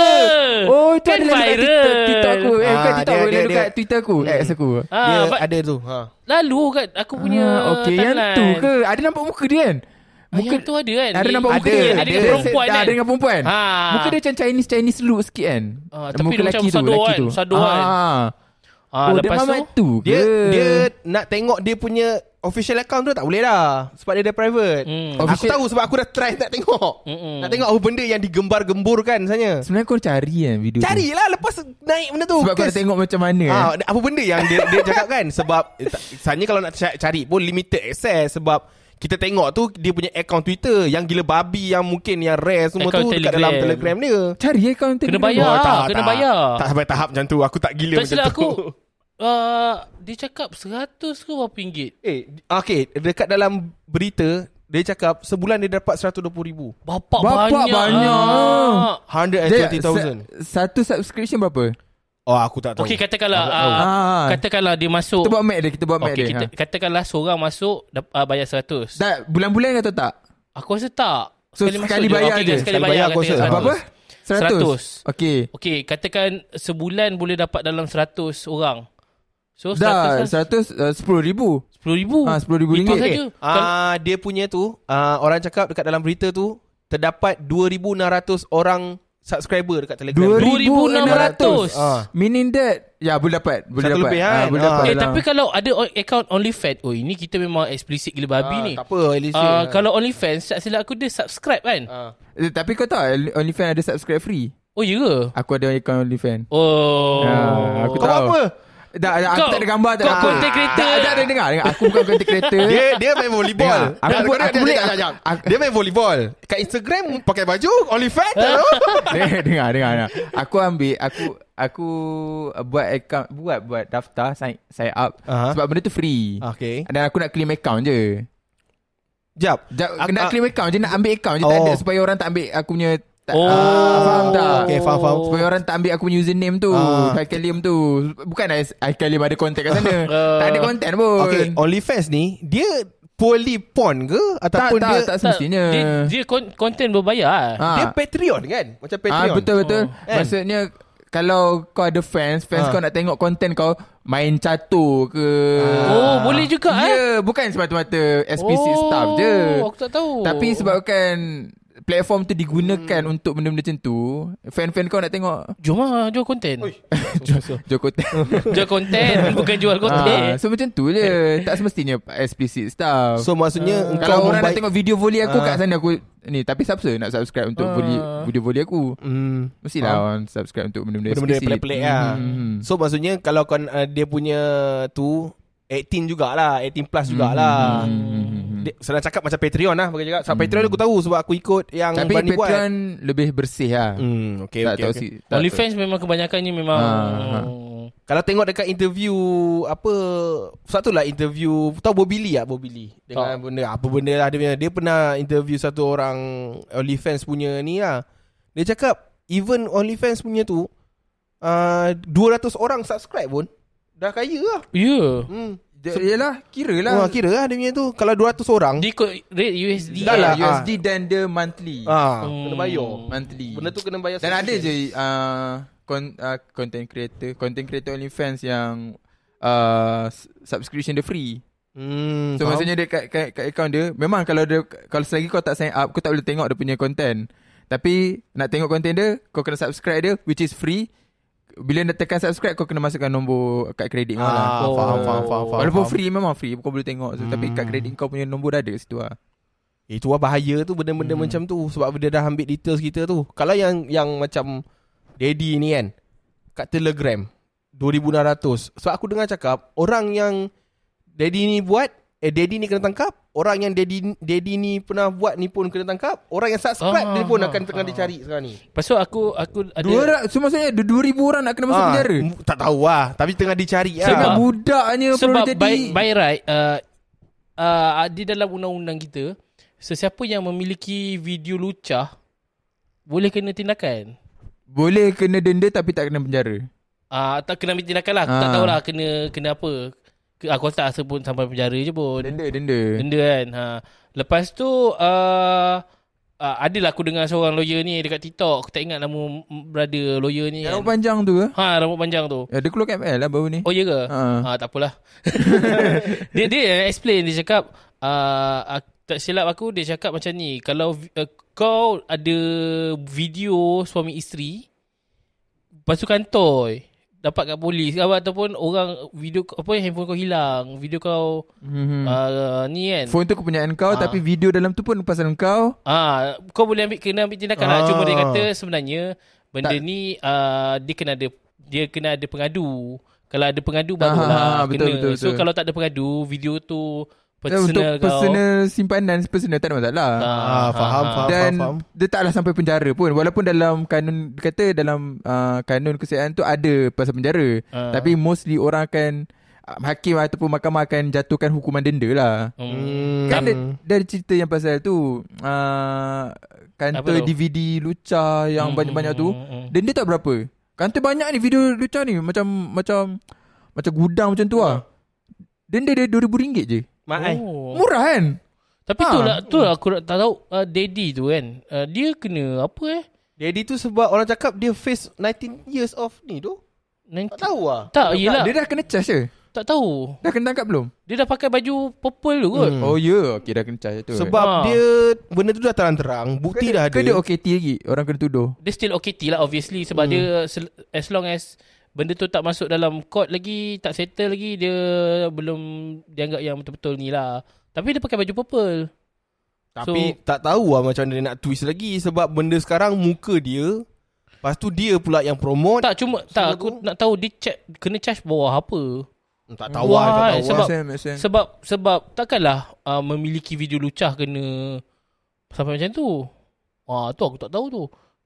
[SPEAKER 4] Oh itu
[SPEAKER 3] Kan
[SPEAKER 4] ada lagi kat
[SPEAKER 3] viral.
[SPEAKER 4] TikTok, TikTok aku. Eh bukan
[SPEAKER 5] Ah,
[SPEAKER 4] TikTok
[SPEAKER 5] dia- dia-
[SPEAKER 4] aku. Lalu
[SPEAKER 5] dia- Hmm.
[SPEAKER 4] kat Twitter aku. X aku.
[SPEAKER 5] Dia
[SPEAKER 3] Ah, but
[SPEAKER 5] ada tu. Ha.
[SPEAKER 3] lalu kat aku punya
[SPEAKER 4] Ah, okay, yang
[SPEAKER 3] timeline.
[SPEAKER 4] tu ke? Ada nampak muka dia kan?
[SPEAKER 3] Ah, yang tu ada kan?
[SPEAKER 4] Ada
[SPEAKER 3] Ni-
[SPEAKER 4] nampak muka
[SPEAKER 5] ada,
[SPEAKER 4] dia.
[SPEAKER 3] Ada dengan
[SPEAKER 5] Dia-
[SPEAKER 3] perempuan
[SPEAKER 4] Ada
[SPEAKER 3] kan?
[SPEAKER 4] dengan perempuan.
[SPEAKER 3] Ha.
[SPEAKER 4] Muka dia macam Chinese Chinese look sikit kan.
[SPEAKER 3] Ah, tapi dia macam sado kan, sado kan.
[SPEAKER 4] Ah.
[SPEAKER 3] Ah,
[SPEAKER 4] oh, dia
[SPEAKER 3] lepas tu
[SPEAKER 4] mamat tu ke?
[SPEAKER 5] Dia dia nak tengok dia punya official account tu tak boleh dah sebab dia dah private.
[SPEAKER 3] Hmm.
[SPEAKER 5] Aku
[SPEAKER 4] Official-
[SPEAKER 5] tahu sebab aku dah try nak tengok.
[SPEAKER 3] Mm-mm.
[SPEAKER 5] Nak tengok apa benda yang digembar-gemburkan sebenarnya.
[SPEAKER 4] Sebenarnya kau cari kan video tu.
[SPEAKER 5] Carilah lepas naik benda tu.
[SPEAKER 4] Sebab kau
[SPEAKER 5] Kes-
[SPEAKER 4] dah tengok macam mana eh.
[SPEAKER 5] Ah, apa benda yang dia, dia cakap kan Sebab eh, tak- Sebenarnya kalau nak ca- cari pun Limited access Sebab Kita tengok tu Dia punya account Twitter Yang gila babi Yang mungkin yang rare Semua
[SPEAKER 3] Account
[SPEAKER 5] tu Dekat dalam
[SPEAKER 3] Telegram.
[SPEAKER 5] telegram dia Oh,
[SPEAKER 4] Cari eh kau nanti
[SPEAKER 3] Kena
[SPEAKER 4] video.
[SPEAKER 3] bayar. kena bayar.
[SPEAKER 5] Tak sampai tahap macam tu Aku tak gila
[SPEAKER 3] Tak
[SPEAKER 5] macam tu
[SPEAKER 3] silap aku uh, Dia cakap 100 ke berapa ringgit
[SPEAKER 5] Eh Okay Dekat dalam berita Dia cakap Sebulan dia dapat 120 ribu
[SPEAKER 3] Bapak,
[SPEAKER 4] Bapak
[SPEAKER 3] banyak,
[SPEAKER 4] banyak.
[SPEAKER 3] Ah.
[SPEAKER 5] Eh,
[SPEAKER 4] Jadi,
[SPEAKER 5] 120,000
[SPEAKER 4] sa- Satu subscription berapa?
[SPEAKER 5] Oh aku tak tahu
[SPEAKER 3] Okey katakanlah
[SPEAKER 5] Aku tak
[SPEAKER 3] uh,
[SPEAKER 5] tahu.
[SPEAKER 4] Ah.
[SPEAKER 3] Katakanlah dia masuk
[SPEAKER 4] Kita buat mat dia, kita buat mat
[SPEAKER 3] Oh. Okey,
[SPEAKER 4] dia. ha.
[SPEAKER 3] kita,
[SPEAKER 4] Kita...
[SPEAKER 3] Katakanlah seorang masuk dap- uh, Bayar 100
[SPEAKER 4] Tak, bulan-bulan atau tak?
[SPEAKER 3] Aku rasa tak
[SPEAKER 4] So, sekali bayar
[SPEAKER 3] Okey,
[SPEAKER 4] je.
[SPEAKER 3] Sekali bayar
[SPEAKER 5] aku rasa.
[SPEAKER 3] katakan
[SPEAKER 4] Berapa?
[SPEAKER 3] 100. Seratus.
[SPEAKER 4] Seratus. Okey.
[SPEAKER 3] Okey katakan Sebulan boleh dapat dalam 100 orang So 100
[SPEAKER 4] Dah,
[SPEAKER 3] kan
[SPEAKER 4] seratus, uh, sepuluh ribu.
[SPEAKER 3] 10,000
[SPEAKER 4] Ah, RM10,000.
[SPEAKER 3] Itu
[SPEAKER 4] Eh,
[SPEAKER 3] saja Kalau-
[SPEAKER 5] Ah dia punya tu ah, orang cakap dekat dalam berita tu terdapat 2600 orang subscriber dekat Telegram.
[SPEAKER 3] 2,600.
[SPEAKER 5] Ah.
[SPEAKER 4] Meaning that, ya boleh dapat. Boleh
[SPEAKER 5] Satu
[SPEAKER 4] dapat.
[SPEAKER 5] lebih,
[SPEAKER 4] Ah,
[SPEAKER 5] kan?
[SPEAKER 4] boleh
[SPEAKER 5] Ah.
[SPEAKER 4] dapat.
[SPEAKER 3] Eh
[SPEAKER 4] lah.
[SPEAKER 3] tapi kalau ada o- account OnlyFans Oh ini kita memang explicit gila babi ni
[SPEAKER 5] Ah, Tak apa at least.
[SPEAKER 3] Uh,
[SPEAKER 4] Ah,
[SPEAKER 5] dia-
[SPEAKER 3] kalau OnlyFans Tak silap aku dia subscribe kan
[SPEAKER 5] Ah.
[SPEAKER 4] Eh, tapi kau tahu OnlyFans ada subscribe free.
[SPEAKER 3] Oh ya ke
[SPEAKER 4] Aku ada account OnlyFans.
[SPEAKER 3] Oh
[SPEAKER 4] Ya, aku
[SPEAKER 5] Kau buat
[SPEAKER 4] tahu.
[SPEAKER 5] apa?
[SPEAKER 4] Dah, dah, aku
[SPEAKER 3] Kau-
[SPEAKER 4] tak ada gambar tak
[SPEAKER 3] kau
[SPEAKER 4] ada-
[SPEAKER 3] content creator.
[SPEAKER 4] Tak, tak, tak, dengar, dengar. Aku bukan content creator.
[SPEAKER 5] Dia dia main volleyball.
[SPEAKER 4] Dengar, aku
[SPEAKER 5] Tak,
[SPEAKER 4] buat-
[SPEAKER 5] kau-
[SPEAKER 4] aku
[SPEAKER 5] dia-
[SPEAKER 4] boleh-
[SPEAKER 5] dia- dia-
[SPEAKER 4] aku- Eh.
[SPEAKER 5] Dia main volleyball. Kat Instagram pakai baju OnlyFans tak tahu.
[SPEAKER 4] dengar, dengar, dengar, dengar. Aku ambil aku aku uh, buat account buat buat daftar sign, sign up
[SPEAKER 5] Aha. Ah.
[SPEAKER 4] uh-huh. sebab benda tu free. Uh.
[SPEAKER 5] Okey.
[SPEAKER 4] Dan aku nak claim account je.
[SPEAKER 5] Jap.
[SPEAKER 4] Jap,
[SPEAKER 5] Aku- ah,
[SPEAKER 4] nak claim account je nak ambil account je tak
[SPEAKER 5] Oh.
[SPEAKER 4] ada supaya orang tak ambil aku punya tak,
[SPEAKER 3] Oh.
[SPEAKER 4] ah, faham tak?
[SPEAKER 5] Okey, faham, faham.
[SPEAKER 4] Supaya orang tak ambil aku punya username tu
[SPEAKER 5] Ah.
[SPEAKER 4] Saya claim tu Bukan saya claim ada kontak kat sana
[SPEAKER 5] Uh.
[SPEAKER 3] Ah.
[SPEAKER 4] Tak ada konten pun
[SPEAKER 5] Okey, Eh, OnlyFans ni dia purely porn ke
[SPEAKER 4] tak,
[SPEAKER 5] ataupun
[SPEAKER 4] tak,
[SPEAKER 5] dia
[SPEAKER 4] tak
[SPEAKER 3] Tak,
[SPEAKER 4] semestinya
[SPEAKER 3] Dia, dia kon- content berbayar lah.
[SPEAKER 4] Ah.
[SPEAKER 5] dia Patreon kan? Macam Patreon.
[SPEAKER 4] Ah betul betul.
[SPEAKER 5] Oh.
[SPEAKER 4] Oh. Maksudnya kalau kau ada fans, fans
[SPEAKER 5] Ah.
[SPEAKER 4] kau nak tengok konten kau main catur ke.
[SPEAKER 5] Ah.
[SPEAKER 3] Oh, boleh juga,
[SPEAKER 4] Ya, yeah, bukan semata-mata explicit oh, stuff je.
[SPEAKER 3] Aku tak tahu.
[SPEAKER 4] Tapi sebabkan platform tu digunakan hmm. untuk benda-benda macam tu, fan-fan kau nak tengok
[SPEAKER 3] Jom lah, jual konten.
[SPEAKER 4] jual konten.
[SPEAKER 3] Jual konten, bukan jual
[SPEAKER 4] ah,
[SPEAKER 3] konten.
[SPEAKER 4] so macam tu je. tak semestinya explicit stuff.
[SPEAKER 5] So maksudnya
[SPEAKER 4] Eh. Kalau
[SPEAKER 5] engkau
[SPEAKER 4] orang nak
[SPEAKER 5] membaik-
[SPEAKER 4] tengok video volley aku
[SPEAKER 5] Ah.
[SPEAKER 4] kat sana aku ni tapi siapa nak subscribe untuk
[SPEAKER 3] Ah.
[SPEAKER 4] volley video volley aku
[SPEAKER 5] Hmm.
[SPEAKER 4] mestilah orang subscribe untuk benda-benda
[SPEAKER 5] Benda-benda
[SPEAKER 4] explicit.
[SPEAKER 5] pelik-pelik lah
[SPEAKER 4] Hmm.
[SPEAKER 5] So maksudnya Kalau kau, uh, dia punya tu 18 jugalah 18 plus jugalah
[SPEAKER 4] Hmm.
[SPEAKER 5] dia, Senang cakap macam Patreon lah Bagi cakap Sebab Patreon aku tahu Sebab aku ikut yang
[SPEAKER 4] Tapi
[SPEAKER 5] Bani buat
[SPEAKER 4] Patreon lebih bersih lah.
[SPEAKER 5] hmm, okay,
[SPEAKER 4] tak
[SPEAKER 5] okay,
[SPEAKER 4] tahu
[SPEAKER 5] okay.
[SPEAKER 4] si- tak tahu.
[SPEAKER 3] OnlyFans memang kebanyakannya memang...
[SPEAKER 4] Ah, ah.
[SPEAKER 5] Kalau tengok dekat interview Apa Satu lah interview Tahu Bobby Lee tak Bobby Lee Dengan benda Apa benda lah dia punya Dia pernah interview satu orang OnlyFans punya ni lah Dia cakap Even OnlyFans punya tu uh, 200 orang subscribe pun Dah kaya lah
[SPEAKER 3] Ya. Yeah.
[SPEAKER 5] Hmm.
[SPEAKER 4] Dia- Yelah, kira lah.
[SPEAKER 5] Wah, kira lah dia punya tu Kalau 200 orang
[SPEAKER 3] Dia ikut rate USD.
[SPEAKER 5] Dah lah.
[SPEAKER 4] USD dan dia monthly.
[SPEAKER 5] ah,
[SPEAKER 3] Hmm.
[SPEAKER 5] Kena bayar
[SPEAKER 4] Monthly.
[SPEAKER 5] Benda tu kena bayar
[SPEAKER 4] Dan ada
[SPEAKER 5] subscription.
[SPEAKER 4] je uh, con, uh, content creator, content creator OnlyFans yang uh, s- subscription dia free.
[SPEAKER 5] hmm,
[SPEAKER 4] So
[SPEAKER 5] faham?
[SPEAKER 4] maksudnya dia kat, kat, kat account dia Memang kalau dia Kalau selagi kau tak sign up Kau tak boleh tengok dia punya content Tapi Nak tengok content dia Kau kena subscribe dia Which is free Bila nak tekan subscribe Kau kena masukkan nombor Kad kredit kau lah
[SPEAKER 5] ah,
[SPEAKER 3] Oh.
[SPEAKER 5] faham, faham, faham, faham
[SPEAKER 4] Walaupun
[SPEAKER 5] faham.
[SPEAKER 4] free memang free Kau boleh tengok so, Tapi kad kredit kau punya nombor dah ada kat situ lah
[SPEAKER 5] Itu lah bahaya tu Benda-benda
[SPEAKER 4] Hmm.
[SPEAKER 5] macam tu Sebab dia dah ambil details kita tu Kalau yang yang macam Daddy ni kan Kat Telegram 2600 Sebab aku dengar cakap Orang yang Daddy ni buat Eh Daddy ni kena tangkap Orang yang Daddy Daddy ni pernah buat ni pun kena tangkap Orang yang subscribe
[SPEAKER 3] Ah,
[SPEAKER 5] Dia pun
[SPEAKER 3] ah,
[SPEAKER 5] akan tengah
[SPEAKER 3] ah.
[SPEAKER 5] dicari sekarang ni
[SPEAKER 3] Lepas tu aku, aku ada...
[SPEAKER 4] Dua rak So maksudnya ada 2,000 orang nak kena masuk
[SPEAKER 5] Ah,
[SPEAKER 4] penjara
[SPEAKER 5] m- Tak tahu lah Tapi tengah dicari lah
[SPEAKER 4] Dengan
[SPEAKER 3] Sebab-
[SPEAKER 4] budaknya perlu
[SPEAKER 3] Sebab
[SPEAKER 4] jadi
[SPEAKER 3] by, by right, uh, uh, di dalam undang-undang kita, sesiapa yang memiliki video lucah, boleh kena tindakan.
[SPEAKER 4] Boleh kena denda Tapi tak kena penjara
[SPEAKER 3] Ah, tak kena ambil tindakan lah. Aku tak
[SPEAKER 4] Ah.
[SPEAKER 3] tahulah kena kena apa. Ke- Aku tak rasa pun sampai penjara je pun.
[SPEAKER 4] Denda Denda
[SPEAKER 3] Denda kan. Ha. Lepas tu uh, uh, adalah aku dengar seorang lawyer ni dekat TikTok. Aku tak ingat nama m- brother lawyer ni.
[SPEAKER 4] Yang
[SPEAKER 3] Kan.
[SPEAKER 4] panjang tu ke
[SPEAKER 3] Ha, rambut panjang tu.
[SPEAKER 4] Ya, Dia keluarkan ML lah baru ni
[SPEAKER 3] Oh ya ke?
[SPEAKER 4] Ah.
[SPEAKER 3] Ha, tak apalah. dia dia yang explain dia cakap uh, tak silap aku dia cakap macam ni, kalau vi- uh, kau ada video suami isteri lepas tu kantoi dapat kat polis ke apa, ataupun orang video apa handphone kau hilang, video kau
[SPEAKER 4] Mm-hmm.
[SPEAKER 3] hmm. uh, ni kan.
[SPEAKER 4] Phone tu kepunyaan kau
[SPEAKER 3] Ah.
[SPEAKER 4] Tapi video dalam tu pun pasal kau
[SPEAKER 3] Ah, kau boleh ambil kena ambil tindakan lah. Cuma dia
[SPEAKER 5] Ah.
[SPEAKER 3] kata sebenarnya benda
[SPEAKER 5] Tak-
[SPEAKER 3] ni ah, dia kena ada dia kena ada pengadu. Kalau ada pengadu
[SPEAKER 4] Ah,
[SPEAKER 3] barulah
[SPEAKER 4] betul,
[SPEAKER 3] kena.
[SPEAKER 4] betul,
[SPEAKER 3] so
[SPEAKER 4] betul.
[SPEAKER 3] kalau tak ada pengadu, video tu
[SPEAKER 4] Personal Untuk
[SPEAKER 3] personal kau.
[SPEAKER 4] personal simpanan Personal tak ada masalah
[SPEAKER 5] Ah, faham, faham.
[SPEAKER 4] Dan
[SPEAKER 5] faham.
[SPEAKER 4] dia taklah sampai penjara pun Walaupun dalam kanun dia Kata dalam uh, kanun kesihatan tu Ada pasal penjara
[SPEAKER 3] Ah.
[SPEAKER 4] Tapi mostly orang akan ah, Hakim ataupun mahkamah akan Jatuhkan hukuman denda lah
[SPEAKER 3] Hmm.
[SPEAKER 5] Hmm.
[SPEAKER 4] Kan ada, dari cerita yang pasal tu uh, Kantor
[SPEAKER 3] Apa tu?
[SPEAKER 4] DVD lucah Yang
[SPEAKER 3] Hmm,
[SPEAKER 4] banyak-banyak
[SPEAKER 3] hmm,
[SPEAKER 4] tu
[SPEAKER 3] hmm, hmm.
[SPEAKER 4] Denda tak berapa Kantor banyak ni video lucah ni Macam Macam Macam gudang macam tu lah Denda dia RM2,000 je
[SPEAKER 5] Mak ai.
[SPEAKER 3] Oh.
[SPEAKER 4] Murah kan
[SPEAKER 3] Tapi
[SPEAKER 4] Ah.
[SPEAKER 3] tu lah tu lah aku tak tahu uh, daddy tu kan. Uh, dia kena apa eh?
[SPEAKER 5] Daddy tu sebab orang cakap dia face 19 years of ni tu. Tak
[SPEAKER 3] Nanti,
[SPEAKER 5] tahu lah.
[SPEAKER 3] tak, Oh, yelah.
[SPEAKER 4] Dia dah kena charge je
[SPEAKER 3] tak tahu.
[SPEAKER 4] Dah kena tangkap belum?
[SPEAKER 3] Dia dah pakai baju purple tu kot.
[SPEAKER 4] Oh ya yeah. Okay dah kena charge tu
[SPEAKER 5] Sebab
[SPEAKER 3] Ah.
[SPEAKER 5] dia benda tu dah terang-terang, bukti dah ada.
[SPEAKER 4] Ke dia OKT lagi Orang kena tuduh
[SPEAKER 3] Dia still OKT lah obviously sebab
[SPEAKER 5] Hmm.
[SPEAKER 3] dia sel- as long as benda tu tak masuk dalam court lagi, tak settle lagi, dia belum dianggap yang betul-betul ni lah. Tapi dia pakai baju purple.
[SPEAKER 5] Tapi tak tahu lah macam mana dia nak twist lagi sebab benda sekarang muka dia. Lepas tu dia pula yang promote.
[SPEAKER 3] Tak cuma tak aku
[SPEAKER 5] tu-
[SPEAKER 3] nak tahu dia check kena charge bawah apa.
[SPEAKER 5] tak tahu lah, tak
[SPEAKER 3] Why?
[SPEAKER 5] tahu lah.
[SPEAKER 3] Sebab-
[SPEAKER 4] Make sense, make sense.
[SPEAKER 3] Sebab sebab takkanlah uh, memiliki video lucah kena sampai macam tu. Ah tu aku tak tahu tu.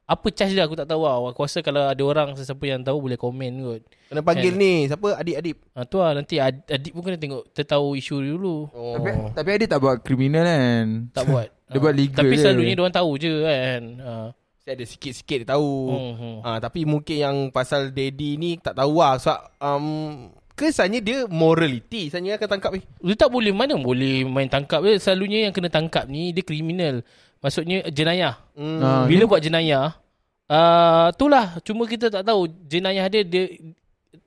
[SPEAKER 3] Apa charge dia aku tak tahu lah. Aku rasa kalau ada orang sesiapa yang tahu boleh komen kot.
[SPEAKER 5] Kena panggil
[SPEAKER 3] Eh.
[SPEAKER 5] ni, siapa? Adik-adik.
[SPEAKER 3] Ah tu lah nanti ad- adik pun kena tengok tertahu isu dia dulu.
[SPEAKER 5] Oh.
[SPEAKER 4] Tapi, tapi dia tak buat kriminal kan
[SPEAKER 3] Tak buat. Ah,
[SPEAKER 4] Dia buat legal
[SPEAKER 3] Tapi
[SPEAKER 4] je.
[SPEAKER 3] selalunya dia orang tahu je kan. Ah.
[SPEAKER 5] Saya ada sikit-sikit dia
[SPEAKER 4] Oh.
[SPEAKER 5] tahu.
[SPEAKER 3] Hmm, hmm.
[SPEAKER 5] Ah, tapi mungkin yang pasal daddy ni tak tahu lah. Sebab um, kesannya dia morality. Kesannya akan tangkap ni.
[SPEAKER 3] Dia tak boleh mana boleh main tangkap dia. Selalunya yang kena tangkap ni dia kriminal. Maksudnya jenayah.
[SPEAKER 5] Hmm.
[SPEAKER 4] Ah,
[SPEAKER 3] Bila buat jenayah, uh, itulah cuma kita tak tahu jenayah dia dia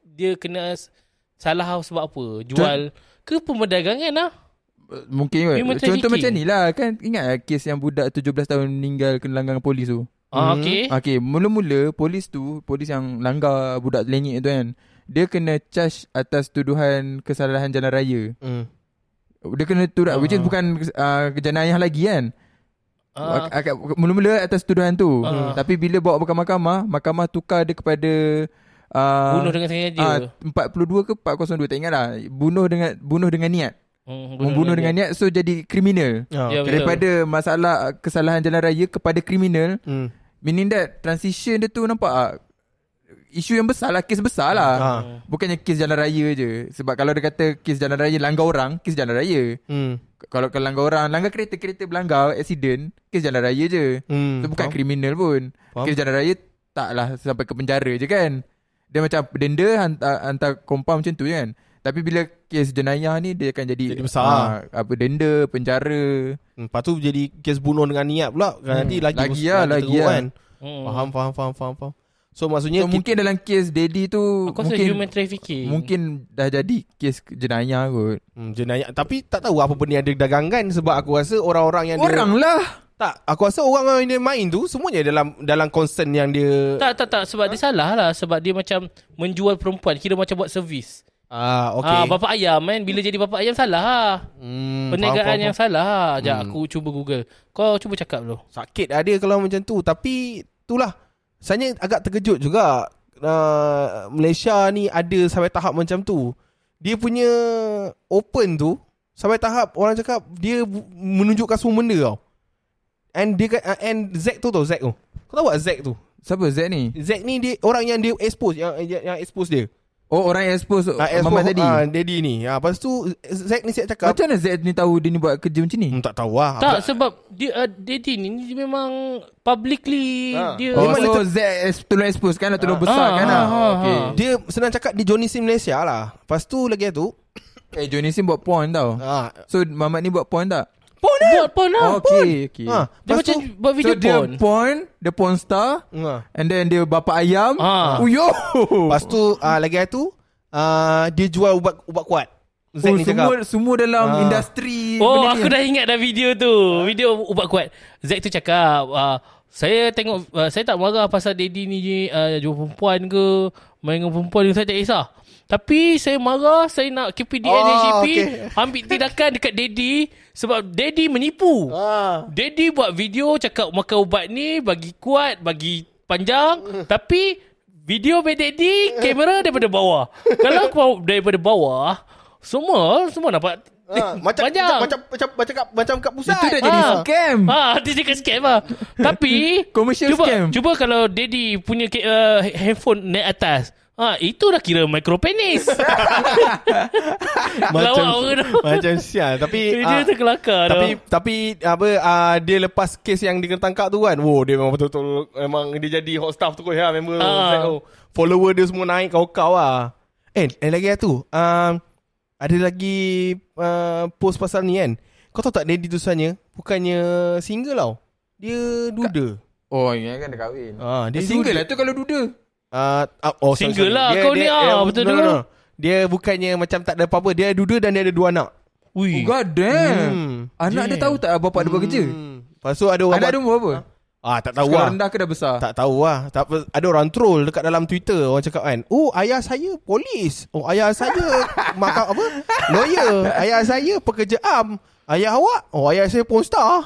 [SPEAKER 3] dia kena s- salah sebab apa? Jual ke pemberdagangan lah.
[SPEAKER 4] Mungkin kot
[SPEAKER 3] Human
[SPEAKER 4] Contoh
[SPEAKER 3] trafficking.
[SPEAKER 4] macam ni lah Kan ingat lah Kes yang budak 17 tahun meninggal Kena langgar dengan polis tu
[SPEAKER 3] Ah, okay.
[SPEAKER 4] Okay Mula-mula Polis tu Polis yang langgar Budak lenyek tu kan Dia kena charge Atas tuduhan Kesalahan jalan raya
[SPEAKER 5] Hmm.
[SPEAKER 4] Dia kena tuduhan Which is bukan uh, Jenayah lagi kan
[SPEAKER 3] Ah,
[SPEAKER 4] Ak- ak- Mula-mula atas tuduhan tu
[SPEAKER 3] Ah.
[SPEAKER 4] Tapi bila bawa ke mahkamah Mahkamah tukar dia kepada uh,
[SPEAKER 3] bunuh dengan sengaja.
[SPEAKER 4] Ah, 42 ke 402 tak ingat lah bunuh dengan bunuh dengan niat
[SPEAKER 3] Hmm,
[SPEAKER 4] membunuh dengan niat so jadi kriminal
[SPEAKER 5] Ah.
[SPEAKER 3] Ya, betul.
[SPEAKER 4] daripada masalah ah, kesalahan jalan raya kepada kriminal
[SPEAKER 5] Hmm.
[SPEAKER 4] meaning that transition dia tu nampak ah, isu yang besar lah kes besar lah
[SPEAKER 5] Ha.
[SPEAKER 4] bukannya kes jalan raya je sebab kalau dia kata kes jalan raya langgar orang kes jalan raya
[SPEAKER 5] Hmm.
[SPEAKER 4] kalau kalau langgar orang langgar kereta kereta berlanggar accident kes jalan raya je
[SPEAKER 5] Hmm.
[SPEAKER 4] So bukan
[SPEAKER 5] Faham?
[SPEAKER 4] kriminal pun
[SPEAKER 5] Faham.
[SPEAKER 4] Kes jalan raya Taklah sampai ke penjara je kan Dia macam denda Hantar, hantar compound macam tu je kan Tapi bila kes jenayah ni Dia akan jadi
[SPEAKER 5] Jadi besar.
[SPEAKER 4] ah, Apa denda Penjara
[SPEAKER 5] Hmm, Lepas tu jadi kes bunuh dengan niat pula kan Nanti lagi
[SPEAKER 4] Lagi lah, lagi
[SPEAKER 5] teruk
[SPEAKER 4] lah.
[SPEAKER 3] Hmm.
[SPEAKER 5] Faham faham faham faham faham So maksudnya
[SPEAKER 4] So mungkin dalam kes Daddy tu
[SPEAKER 3] Aku rasa
[SPEAKER 4] Mungkin
[SPEAKER 3] human trafficking.
[SPEAKER 4] Mungkin dah jadi Kes jenayah kot
[SPEAKER 5] hmm, jenayah Tapi tak tahu apa benda yang dia dagangkan Sebab aku rasa orang-orang yang
[SPEAKER 4] Orang
[SPEAKER 5] dia
[SPEAKER 4] lah
[SPEAKER 5] Tak aku rasa orang yang dia main tu Semuanya dalam dalam concern yang dia
[SPEAKER 3] Tak tak tak sebab dia salah lah sebab dia macam menjual perempuan kira macam buat servis.
[SPEAKER 5] Ah okay
[SPEAKER 3] Ah bapa ayam kan bila jadi bapa ayam salah lah.
[SPEAKER 5] hmm,
[SPEAKER 3] Perniagaan yang salah. lah.
[SPEAKER 5] Hmm.
[SPEAKER 3] Jap aku cuba Google. Kau cuba cakap dulu.
[SPEAKER 5] Sakit lah dia kalau macam tu Tapi itulah Saya agak terkejut juga uh, Malaysia ni ada sampai tahap macam tu Dia punya open tu Sampai tahap orang cakap Dia bu- menunjukkan semua benda tau And dia kan- uh, and Zack tu tau Zack tu Kau tahu tak Zack tu
[SPEAKER 4] Siapa Z ni
[SPEAKER 5] Zack ni dia orang yang dia expose yang yang, yang expose dia.
[SPEAKER 4] Oh orang yang expose
[SPEAKER 5] Ah,
[SPEAKER 4] uh, Mama tadi
[SPEAKER 5] ah, daddy ni. Ah lepas tu Zack ni siap cakap
[SPEAKER 4] Macam mana Z ni tahu Dia ni buat kerja macam ni
[SPEAKER 5] hmm, tak tahu lah.
[SPEAKER 3] Tak sebab dia uh, Daddy ni dia memang publicly
[SPEAKER 5] Ah.
[SPEAKER 3] dia
[SPEAKER 4] Oh
[SPEAKER 5] memang
[SPEAKER 4] so Z ex- tolong expose kan Tolong
[SPEAKER 3] Ah,
[SPEAKER 4] besar kan
[SPEAKER 3] ah,
[SPEAKER 4] lah
[SPEAKER 3] ah,
[SPEAKER 4] Okay
[SPEAKER 3] ah.
[SPEAKER 5] Dia senang cakap dia Johnny Sim Malaysia lah. Lepas tu lagi tu
[SPEAKER 4] Eh Johnny Sim buat porn tau
[SPEAKER 5] ah
[SPEAKER 4] So Mamat ni buat porn tak? Oh,
[SPEAKER 5] Porn
[SPEAKER 3] buat porn lah. porn.
[SPEAKER 4] okay, okay.
[SPEAKER 5] Ha,
[SPEAKER 3] Dia macam buat video
[SPEAKER 4] so dia
[SPEAKER 3] porn.
[SPEAKER 4] porn, dia porn star
[SPEAKER 5] ha.
[SPEAKER 4] and then dia bapa ayam.
[SPEAKER 3] Ah.
[SPEAKER 4] Oh yo.
[SPEAKER 5] Lepas tu ah lagi tu ah dia jual ubat ubat kuat. Z
[SPEAKER 4] oh,
[SPEAKER 5] ni
[SPEAKER 4] semua
[SPEAKER 5] cakap.
[SPEAKER 4] semua dalam
[SPEAKER 5] Ah.
[SPEAKER 4] industri.
[SPEAKER 3] Oh
[SPEAKER 4] benda ni.
[SPEAKER 3] aku dah ingat dah video tu Video ubat kuat Zack tu cakap uh, Saya tengok uh, Saya tak marah pasal daddy ni uh, Jumpa perempuan ke Main dengan perempuan ke, Saya tak kisah Tapi saya marah Saya nak KPDN
[SPEAKER 5] Oh,
[SPEAKER 3] oh, HCP
[SPEAKER 5] okey.
[SPEAKER 3] okay. Ambil tindakan dekat daddy Sebab daddy menipu
[SPEAKER 5] Ah.
[SPEAKER 3] Daddy buat video Cakap makan ubat ni Bagi kuat Bagi panjang Tapi Video by daddy Kamera daripada bawah Kalau aku daripada bawah Semua Semua nampak
[SPEAKER 5] Ah, macam, macam
[SPEAKER 3] panjang.
[SPEAKER 5] macam macam macam kat, macam kat pusat.
[SPEAKER 4] Itu dah jadi
[SPEAKER 3] Ah.
[SPEAKER 4] scam.
[SPEAKER 3] Ah, dia cakap scam lah. Tapi
[SPEAKER 4] Commercial
[SPEAKER 3] cuba,
[SPEAKER 4] scam.
[SPEAKER 3] Cuba kalau Daddy punya ke- uh, handphone naik atas. Ha, itu dah kira micro penis.
[SPEAKER 5] macam
[SPEAKER 3] Lawak orang tu.
[SPEAKER 4] Ah.
[SPEAKER 5] macam sial tapi
[SPEAKER 3] dia lah.
[SPEAKER 5] ah,
[SPEAKER 3] terkelakar
[SPEAKER 5] tapi
[SPEAKER 3] tapi,
[SPEAKER 5] tapi apa ah, dia lepas kes yang dia kena tangkap tu kan. Wow, dia memang betul-betul memang dia jadi hot stuff tu ya member
[SPEAKER 3] Ah.
[SPEAKER 5] Zack tu. follower dia semua naik kau-kau ah. Eh, eh lagi tu. Um, ada lagi uh, post pasal ni kan. Kau tahu tak Daddy tu sebenarnya bukannya single tau. Dia duda.
[SPEAKER 4] Oh, ingat kan dah kahwin.
[SPEAKER 5] Ah, dia
[SPEAKER 4] Single
[SPEAKER 5] duda.
[SPEAKER 4] lah tu kalau duda.
[SPEAKER 5] Uh, oh, sorry, sorry.
[SPEAKER 3] Single
[SPEAKER 5] ya,
[SPEAKER 3] lah, kau ni, ah, betul
[SPEAKER 5] no,
[SPEAKER 3] tu.
[SPEAKER 5] no, no. Dia bukannya macam tak ada apa-apa. Dia duda dan dia ada dua anak.
[SPEAKER 3] dia. Ui. Hmm.
[SPEAKER 4] Oh, God damn. Anak dia tahu tak bapak dia buat kerja?
[SPEAKER 5] Hmm. Lepas tu ada orang
[SPEAKER 4] Anak dia
[SPEAKER 5] buat-
[SPEAKER 4] umur apa?
[SPEAKER 5] Ah, tak tahu
[SPEAKER 4] Sekolah
[SPEAKER 5] lah.
[SPEAKER 4] rendah ke dah besar?
[SPEAKER 5] Tak tahu lah. Tak apa. Ada orang troll dekat dalam Twitter. Orang cakap kan, oh ayah saya polis. Oh ayah saya makam apa? Lawyer. Ayah saya pekerja am. Ayah awak? Oh ayah saya porn star.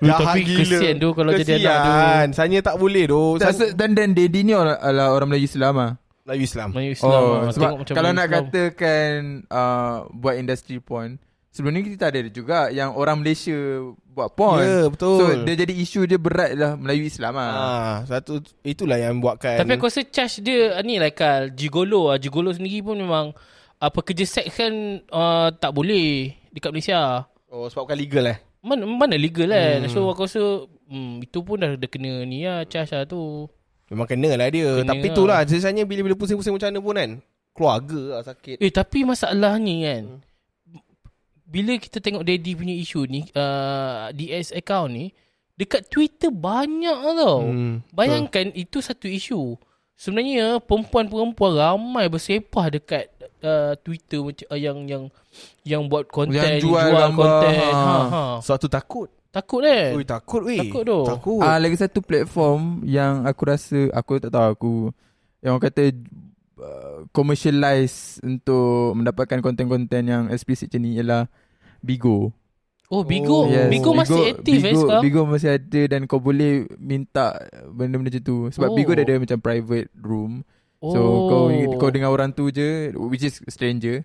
[SPEAKER 5] Jahat
[SPEAKER 3] tapi kesian tu kalau jadi anak tu.
[SPEAKER 5] Kesian. Saya tak boleh tu.
[SPEAKER 4] Tak,
[SPEAKER 5] Saya
[SPEAKER 4] se- dan dan daddy ni orang, ala orang Melayu Islam ah.
[SPEAKER 5] Melayu Islam.
[SPEAKER 3] Melayu Islam. ah.
[SPEAKER 4] Oh,
[SPEAKER 3] Tengok
[SPEAKER 4] sebab
[SPEAKER 3] macam
[SPEAKER 4] kalau
[SPEAKER 3] Melayu
[SPEAKER 4] nak
[SPEAKER 3] Islam.
[SPEAKER 4] katakan uh, buat industri porn, sebelum ni kita ada juga yang orang Malaysia buat porn.
[SPEAKER 5] Ya, betul.
[SPEAKER 4] So dia jadi isu dia berat lah Melayu Islam ah.
[SPEAKER 5] Ah, satu itulah yang buatkan
[SPEAKER 3] Tapi aku rasa charge dia ah, ni lah Kal. Gigolo lah. Gigolo sendiri pun memang apa kerja seks kan uh, tak boleh dekat Malaysia.
[SPEAKER 5] Oh sebabkan legal eh
[SPEAKER 3] Mana, mana legal kan. Hmm. So aku rasa hmm, itu pun dah, dah kena ni lah charge lah tu.
[SPEAKER 5] Memang kena lah dia
[SPEAKER 3] Kena
[SPEAKER 5] Tapi
[SPEAKER 3] lah.
[SPEAKER 5] itulah Sisanya bila-bila pusing-pusing macam mana pun kan Keluarga lah sakit
[SPEAKER 3] Eh tapi masalahnya kan
[SPEAKER 4] Hmm.
[SPEAKER 3] Bila kita tengok Daddy punya isu ni uh, DS account ni Dekat Twitter banyak tau
[SPEAKER 5] Hmm,
[SPEAKER 3] Bayangkan itu satu isu Sebenarnya perempuan-perempuan ramai bersepah dekat uh, Twitter macam uh, yang yang yang buat konten
[SPEAKER 4] Yang jual gambar,
[SPEAKER 3] konten ha.
[SPEAKER 4] ha.
[SPEAKER 3] Ha,
[SPEAKER 5] Sebab tu takut
[SPEAKER 3] takut
[SPEAKER 4] Eh.
[SPEAKER 3] kan
[SPEAKER 5] Ui takut weh
[SPEAKER 3] Takut tu.
[SPEAKER 5] Takut
[SPEAKER 4] Ah lagi satu platform yang aku rasa aku tak tahu aku yang orang kata uh, commercialize untuk mendapatkan konten-konten yang explicit macam ni ialah Bigo.
[SPEAKER 3] oh Bigo
[SPEAKER 5] Oh,
[SPEAKER 3] Bigo,
[SPEAKER 4] Yes,
[SPEAKER 3] masih aktif eh
[SPEAKER 4] Bigo,
[SPEAKER 3] sekarang
[SPEAKER 4] Bigo masih ada dan kau boleh minta benda-benda macam tu sebab
[SPEAKER 3] Oh.
[SPEAKER 4] Bigo dia ada macam private room. So kau kau
[SPEAKER 5] Oh.
[SPEAKER 4] dengan orang tu je which is stranger.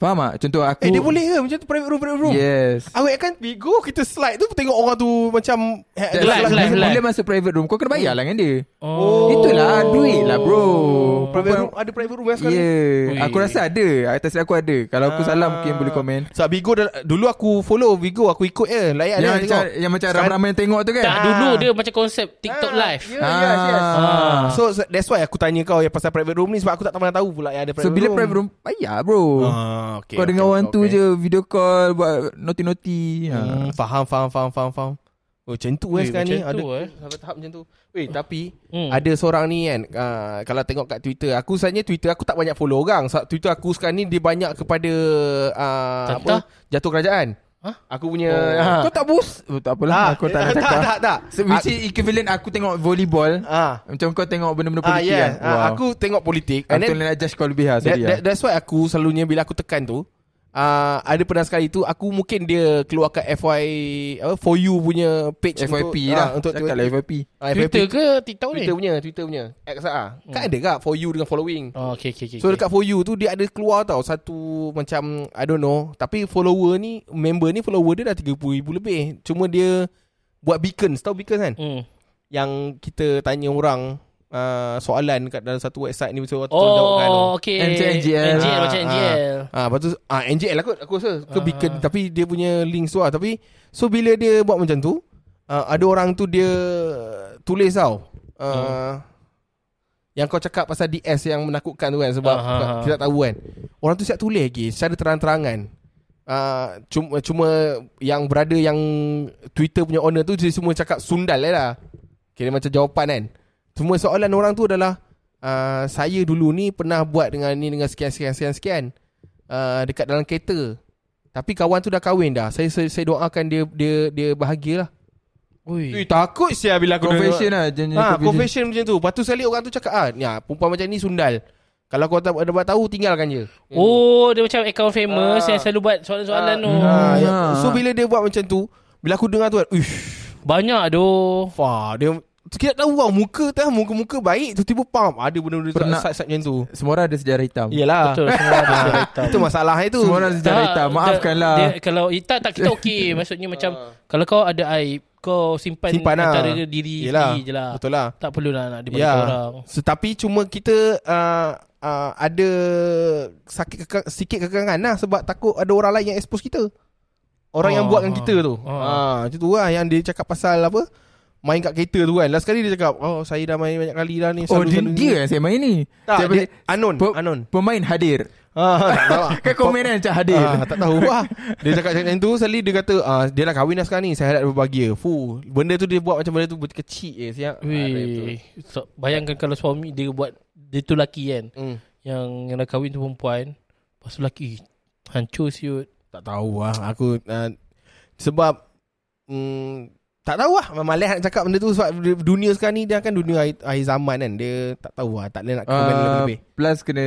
[SPEAKER 4] Faham tak? Contoh aku
[SPEAKER 5] Eh dia boleh ke Macam tu private room Private room
[SPEAKER 4] Yes.
[SPEAKER 5] Awek kan Bigo kita slide tu Tengok orang tu macam ha-
[SPEAKER 3] Live,
[SPEAKER 4] Tak, sebab
[SPEAKER 3] live,
[SPEAKER 4] bila-
[SPEAKER 3] live.
[SPEAKER 4] Bila masuk private room kau kena bayar lah dengan dia.
[SPEAKER 5] Oh.
[SPEAKER 4] Itulah duit lah bro.
[SPEAKER 5] Private
[SPEAKER 4] Perempuan-
[SPEAKER 5] room Ada private room kan
[SPEAKER 4] Ya,
[SPEAKER 5] sekarang ni?
[SPEAKER 4] yeah. aku
[SPEAKER 3] Ui.
[SPEAKER 4] rasa ada. Atas aku ada. Kalau aku salah
[SPEAKER 5] Ah.
[SPEAKER 4] mungkin boleh komen.
[SPEAKER 5] Sebab Bigo dah, Dulu aku follow Bigo Aku ikut je Layak
[SPEAKER 4] Yang
[SPEAKER 5] dia
[SPEAKER 4] macam,
[SPEAKER 5] tengok
[SPEAKER 4] yang macam
[SPEAKER 5] Sekarang-
[SPEAKER 4] ramai-ramai yang tengok tu kan.
[SPEAKER 3] tak dulu dia macam konsep TikTok
[SPEAKER 5] Ah,
[SPEAKER 3] live
[SPEAKER 5] Ya yes yes
[SPEAKER 4] Ah.
[SPEAKER 5] So that's why aku tanya kau Yang pasal private room ni Sebab aku tak pernah tahu pula Yang ada private
[SPEAKER 4] So bila
[SPEAKER 5] room
[SPEAKER 4] private room bayar bro.
[SPEAKER 5] ah, okay,
[SPEAKER 4] Kau dengan orang tu je video call buat noti-noti. Ah.
[SPEAKER 5] Hmm, faham, faham, faham, faham, faham. Oh, macam tu eh
[SPEAKER 3] Weh,
[SPEAKER 5] sekarang ni.
[SPEAKER 3] macam
[SPEAKER 5] Ada
[SPEAKER 3] tu, eh.
[SPEAKER 5] tahap-tahap macam tu. Weh, tapi
[SPEAKER 3] Hmm.
[SPEAKER 5] ada seorang ni kan, uh, kalau tengok kat Twitter, aku sebenarnya Twitter aku tak banyak follow orang. Sebab Twitter aku sekarang ni dia banyak kepada uh,
[SPEAKER 3] Tata?
[SPEAKER 5] apa? Jatuh kerajaan.
[SPEAKER 3] Hah?
[SPEAKER 5] Aku punya
[SPEAKER 3] Oh.
[SPEAKER 5] ha.
[SPEAKER 4] Eh, Kau tak bus? Oh, tak apalah. Aku tak
[SPEAKER 5] Ah.
[SPEAKER 4] nak
[SPEAKER 5] tak,
[SPEAKER 4] cakap.
[SPEAKER 5] tak, tak.
[SPEAKER 4] So, which is equivalent aku tengok volleyball.
[SPEAKER 5] Ah.
[SPEAKER 4] Macam kau tengok benda-benda
[SPEAKER 5] Ah,
[SPEAKER 4] politik
[SPEAKER 5] yeah.
[SPEAKER 4] kan.
[SPEAKER 5] Ah, aku tengok politik.
[SPEAKER 4] Aku
[SPEAKER 5] And then,
[SPEAKER 4] nak judge kau lebih lah.
[SPEAKER 5] That,
[SPEAKER 4] Sorry
[SPEAKER 5] that,
[SPEAKER 4] lah.
[SPEAKER 5] that's why aku selalunya bila aku tekan tu uh, ada pernah sekali tu aku mungkin dia keluarkan FY apa for you punya page untuk,
[SPEAKER 4] FYP lah.
[SPEAKER 5] ah, untuk
[SPEAKER 4] Cakap lah FYP.
[SPEAKER 5] Ah, FYP.
[SPEAKER 3] Twitter ke TikTok ni?
[SPEAKER 5] Twitter punya Twitter punya X lah hmm. Kan ada tak For you dengan following
[SPEAKER 3] Oh, okay, okay, okay.
[SPEAKER 5] So
[SPEAKER 3] okay.
[SPEAKER 5] dekat for you tu Dia ada keluar tau Satu macam I don't know Tapi follower ni Member ni follower dia dah 30,000 lebih Cuma dia Buat beacons Tahu beacons kan
[SPEAKER 3] Hmm.
[SPEAKER 5] Yang kita tanya orang uh, Soalan kat dalam satu website ni Mesti orang tolong jawabkan tu.
[SPEAKER 3] Oh, okay.
[SPEAKER 4] Macam NGL.
[SPEAKER 3] NGL macam
[SPEAKER 5] Ah,
[SPEAKER 3] NGL.
[SPEAKER 5] Ah, lepas tu ah NGL lah kot aku rasa ke
[SPEAKER 3] Ah.
[SPEAKER 5] beacon tapi dia punya links tu lah tapi so bila dia buat macam tu ah, ada orang tu dia tulis tau. Ah,
[SPEAKER 3] Hmm.
[SPEAKER 5] Yang kau cakap pasal DS yang menakutkan tu kan sebab
[SPEAKER 3] Ah, ah, ah.
[SPEAKER 5] kita tak tahu kan. Orang tu siap tulis lagi secara terang-terangan. Ah, cuma, cuma yang berada yang Twitter punya owner tu dia semua cakap sundal je lah. Kira macam jawapan kan. Semua soalan orang tu adalah uh, saya dulu ni pernah buat dengan ni dengan sekian sekian sekian sekian uh, dekat dalam kereta. Tapi kawan tu dah kahwin dah. Saya saya, saya doakan dia dia dia bahagialah. Eh,
[SPEAKER 3] Ui.
[SPEAKER 5] takut sial bila aku
[SPEAKER 4] Confession lah jenis
[SPEAKER 5] Ha, confession macam tu. Lepas tu sekali orang tu cakap, ah, ni ah, perempuan macam ni sundal. Kalau kau tak dapat tahu, tinggalkan je.
[SPEAKER 3] Oh, dia macam account famous
[SPEAKER 5] Ah.
[SPEAKER 3] yang selalu buat soalan-soalan tu.
[SPEAKER 5] Ah, ya.
[SPEAKER 4] Ah.
[SPEAKER 5] So, bila dia buat macam tu, bila aku dengar tu, kan, uish,
[SPEAKER 3] Banyak tu.
[SPEAKER 5] Fah, dia kita tak tahu lah muka tu lah, muka-muka baik tiba-tiba pam ada benda-benda tak
[SPEAKER 4] Pernah-
[SPEAKER 5] sat-sat macam tu.
[SPEAKER 4] Semua orang ada sejarah hitam
[SPEAKER 5] Iyalah.
[SPEAKER 3] Betul, semua ada sejarah hitam.
[SPEAKER 5] Ah. Itu masalahnya tu.
[SPEAKER 4] Kan? Semua orang
[SPEAKER 5] Ah,
[SPEAKER 4] sejarah hitam Maafkanlah
[SPEAKER 3] Dia, kalau eh, tak tak kita okey. Maksudnya macam kalau kau ada aib, kau simpan,
[SPEAKER 5] Ah. Simpan lah.
[SPEAKER 3] antara diri
[SPEAKER 5] Yelah,
[SPEAKER 3] sendiri je lah.
[SPEAKER 5] Betul lah.
[SPEAKER 3] Tak perlulah nak dibagi
[SPEAKER 5] Ya.
[SPEAKER 3] yeah. orang.
[SPEAKER 5] So, tapi cuma kita uh, uh, ada sakit kekang, sikit kekangan lah sebab takut ada orang lain yang expose kita. Orang yang
[SPEAKER 3] Ah,
[SPEAKER 5] buatkan kita tu.
[SPEAKER 3] ah.
[SPEAKER 5] Ah, macam tu lah yang dia cakap pasal apa? Main kat kereta tu kan. Last kali dia cakap, "Oh, saya dah main banyak kali dah ni."
[SPEAKER 4] Oh
[SPEAKER 5] selalu-
[SPEAKER 4] dia,
[SPEAKER 5] selalu-
[SPEAKER 4] dia yang saya main ni
[SPEAKER 5] tak,
[SPEAKER 4] Saya
[SPEAKER 5] dia,
[SPEAKER 4] beli-
[SPEAKER 5] Anon,
[SPEAKER 4] Pe-
[SPEAKER 5] Anon.
[SPEAKER 4] Pemain hadir
[SPEAKER 5] Ah, tak tahu lah.
[SPEAKER 4] Kan komen kan macam hadir
[SPEAKER 5] Ah, tak tahu lah Dia cakap macam tu Sekali dia kata ah, Dia dah kahwin dah sekarang ni Saya harap dia berbahagia Fuh Benda tu dia buat macam benda tu benda Kecil je siap Ah,
[SPEAKER 3] Weh, so, bayangkan kalau suami dia buat dia tu laki kan.
[SPEAKER 5] hmm.
[SPEAKER 3] Yang yang dah kahwin tu perempuan. Lepas tu laki hancur siut.
[SPEAKER 5] Tak tahu lah Aku ah, Sebab mm, Tak tahu lah Malih nak cakap benda tu Sebab dia- dunia sekarang ni Dia kan dunia akhir, akhir zaman kan Dia tak tahu lah Tak boleh nak komen
[SPEAKER 4] Ah,
[SPEAKER 5] lebih-lebih
[SPEAKER 4] Plus kena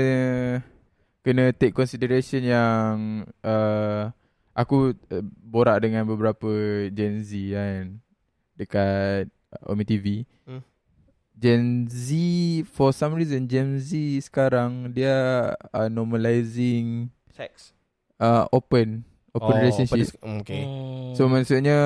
[SPEAKER 4] Kena take consideration yang uh, Aku uh, borak dengan beberapa Gen Z kan Dekat uh, Omi TV
[SPEAKER 5] Hmm.
[SPEAKER 4] Gen Z For some reason Gen Z sekarang Dia uh, normalizing
[SPEAKER 5] Sex
[SPEAKER 4] uh, Open
[SPEAKER 3] Oh,
[SPEAKER 4] Open relationship
[SPEAKER 5] mm, Okay
[SPEAKER 3] Hmm.
[SPEAKER 4] So maksudnya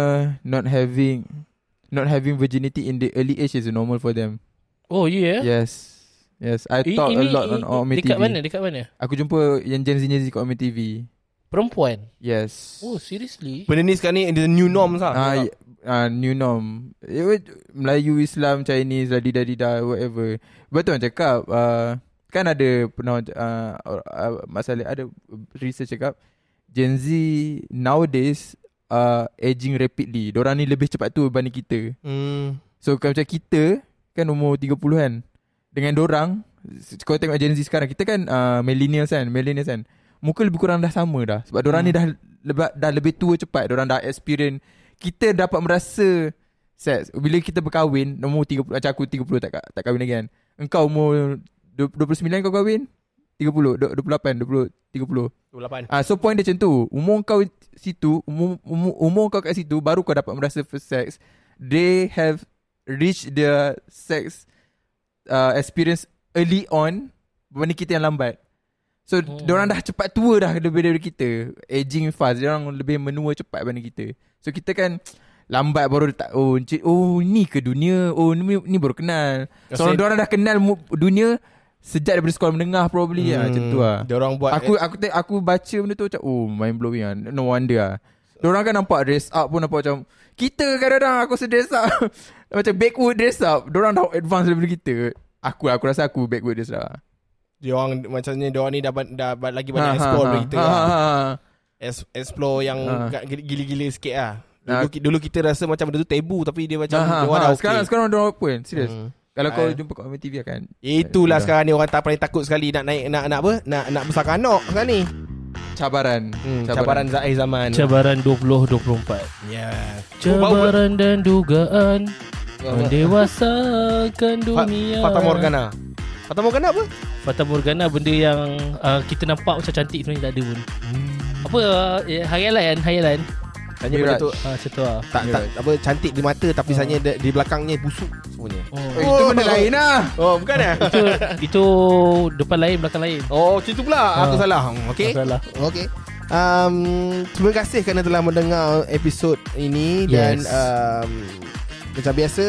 [SPEAKER 4] Not having Not having virginity in the early age is normal for them.
[SPEAKER 3] oh, yeah.
[SPEAKER 4] Yes. Yes,
[SPEAKER 3] I-
[SPEAKER 4] I talk a
[SPEAKER 3] ini-
[SPEAKER 4] lot
[SPEAKER 3] i-
[SPEAKER 4] on Omi TV.
[SPEAKER 3] Dekat mana? Dekat mana?
[SPEAKER 4] Aku jumpa yang Gen Z Gen Z kat Omi TV.
[SPEAKER 3] Perempuan.
[SPEAKER 4] Yes.
[SPEAKER 3] Oh, seriously?
[SPEAKER 5] Benda ni sekarang ni The new norm lah
[SPEAKER 4] Ah, y- ah, new norm. It would, Melayu, Islam, Chinese, ladidadida, whatever. Betul orang cakap. ah, kan ada pernah uh, uh, masalah ada research cakap Gen Z nowadays uh, aging rapidly. Diorang ni lebih cepat tu berbanding kita.
[SPEAKER 5] hmm.
[SPEAKER 4] So kan macam kita kan umur 30 kan dengan dorang kau tengok Gen Z sekarang kita kan uh, millennials kan millennials kan muka lebih kurang dah sama dah sebab dorang ni dah lebih dah lebih tua cepat dorang dah experience kita dapat merasa seks bila kita berkahwin umur 30 macam aku 30 tak ka- tak kahwin lagi kan engkau umur du- 29 kau kahwin 30 du- 28 20
[SPEAKER 5] 28
[SPEAKER 4] 30 Ah, so point dia macam tu. Umur kau situ, umur, umur, umur kau kat situ baru kau dapat merasa first sex. They have reached their sex uh, experience early on berbanding kita yang lambat. So
[SPEAKER 3] Hmm.
[SPEAKER 4] hmm. diorang dah cepat tua dah lebih dari kita. Aging fast, diorang lebih menua cepat berbanding kita. So kita kan lambat baru tak oh encik, oh ni ke dunia, oh ni, ni baru kenal. So
[SPEAKER 5] Rasa-
[SPEAKER 4] diorang dah kenal mu- dunia sejak daripada sekolah menengah probably hmm. lah, macam tu lah.
[SPEAKER 5] Dia orang buat eh,
[SPEAKER 4] Aku aku te- aku baca benda tu macam oh mind blowing ah. No wonder ah. Diorang kan nampak dress up pun nampak macam kita kadang-kadang aku sedress up. macam backward dress up. Diorang dah advance daripada kita. Aku aku rasa aku backward dress up. ah.
[SPEAKER 5] Dia orang macamnya dia orang ni dah, ba- dah, ba- lagi banyak
[SPEAKER 4] ah,
[SPEAKER 5] explore ha, kita. Ha, ha. Es- explore yang
[SPEAKER 4] Ha.
[SPEAKER 5] ha. gila-gila sikit lah.
[SPEAKER 4] Ha.
[SPEAKER 5] Dulu, ki- dulu kita rasa macam benda tu tabu tapi dia macam ha, dia orang
[SPEAKER 4] ha.
[SPEAKER 5] dah
[SPEAKER 4] Sekarang
[SPEAKER 5] okay.
[SPEAKER 4] sekarang diorang open serius.
[SPEAKER 5] Hmm.
[SPEAKER 4] Kalau
[SPEAKER 5] Ah.
[SPEAKER 4] kau jumpa kat Omni TV akan
[SPEAKER 5] Itulah
[SPEAKER 4] Itulah.
[SPEAKER 5] sekarang ni orang tak paling takut sekali nak naik nak nak apa? Nak nak besarkan anak sekarang ni.
[SPEAKER 4] cabaran.
[SPEAKER 5] Hmm, cabaran zair zaman.
[SPEAKER 3] Cabaran 20-24.
[SPEAKER 5] Ya.
[SPEAKER 3] Cabaran dan dugaan mendewasakan
[SPEAKER 5] Fa-
[SPEAKER 3] dunia.
[SPEAKER 5] Fata Morgana. Fata Morgana apa?
[SPEAKER 3] Fata Morgana benda yang uh, kita nampak macam cantik sebenarnya tak ada pun. Apa uh, eh, hayalan hayalan.
[SPEAKER 5] Tanya benda
[SPEAKER 4] Miraj.
[SPEAKER 5] tu
[SPEAKER 3] Ah macam tu lah.
[SPEAKER 5] tak, tak apa cantik di mata tapi sebenarnya di, di belakangnya busuk semuanya.
[SPEAKER 3] Oh.
[SPEAKER 4] Oh, itu benda
[SPEAKER 5] Oh.
[SPEAKER 4] lain lah.
[SPEAKER 5] Oh, bukan eh?
[SPEAKER 3] itu itu depan lain belakang lain.
[SPEAKER 5] Oh, macam tu pula. Aku
[SPEAKER 3] Ha.
[SPEAKER 5] salah. Hmm, Okey.
[SPEAKER 3] Tak salah.
[SPEAKER 5] Okey. Um, terima kasih kerana telah mendengar episod ini dan
[SPEAKER 3] Yes.
[SPEAKER 5] um, macam biasa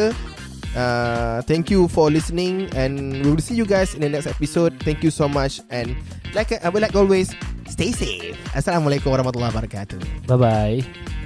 [SPEAKER 5] uh, thank you for listening and we will see you guys in the next episode. Thank you so much and like uh, like always stay safe. Assalamualaikum warahmatullahi wabarakatuh.
[SPEAKER 3] Bye bye.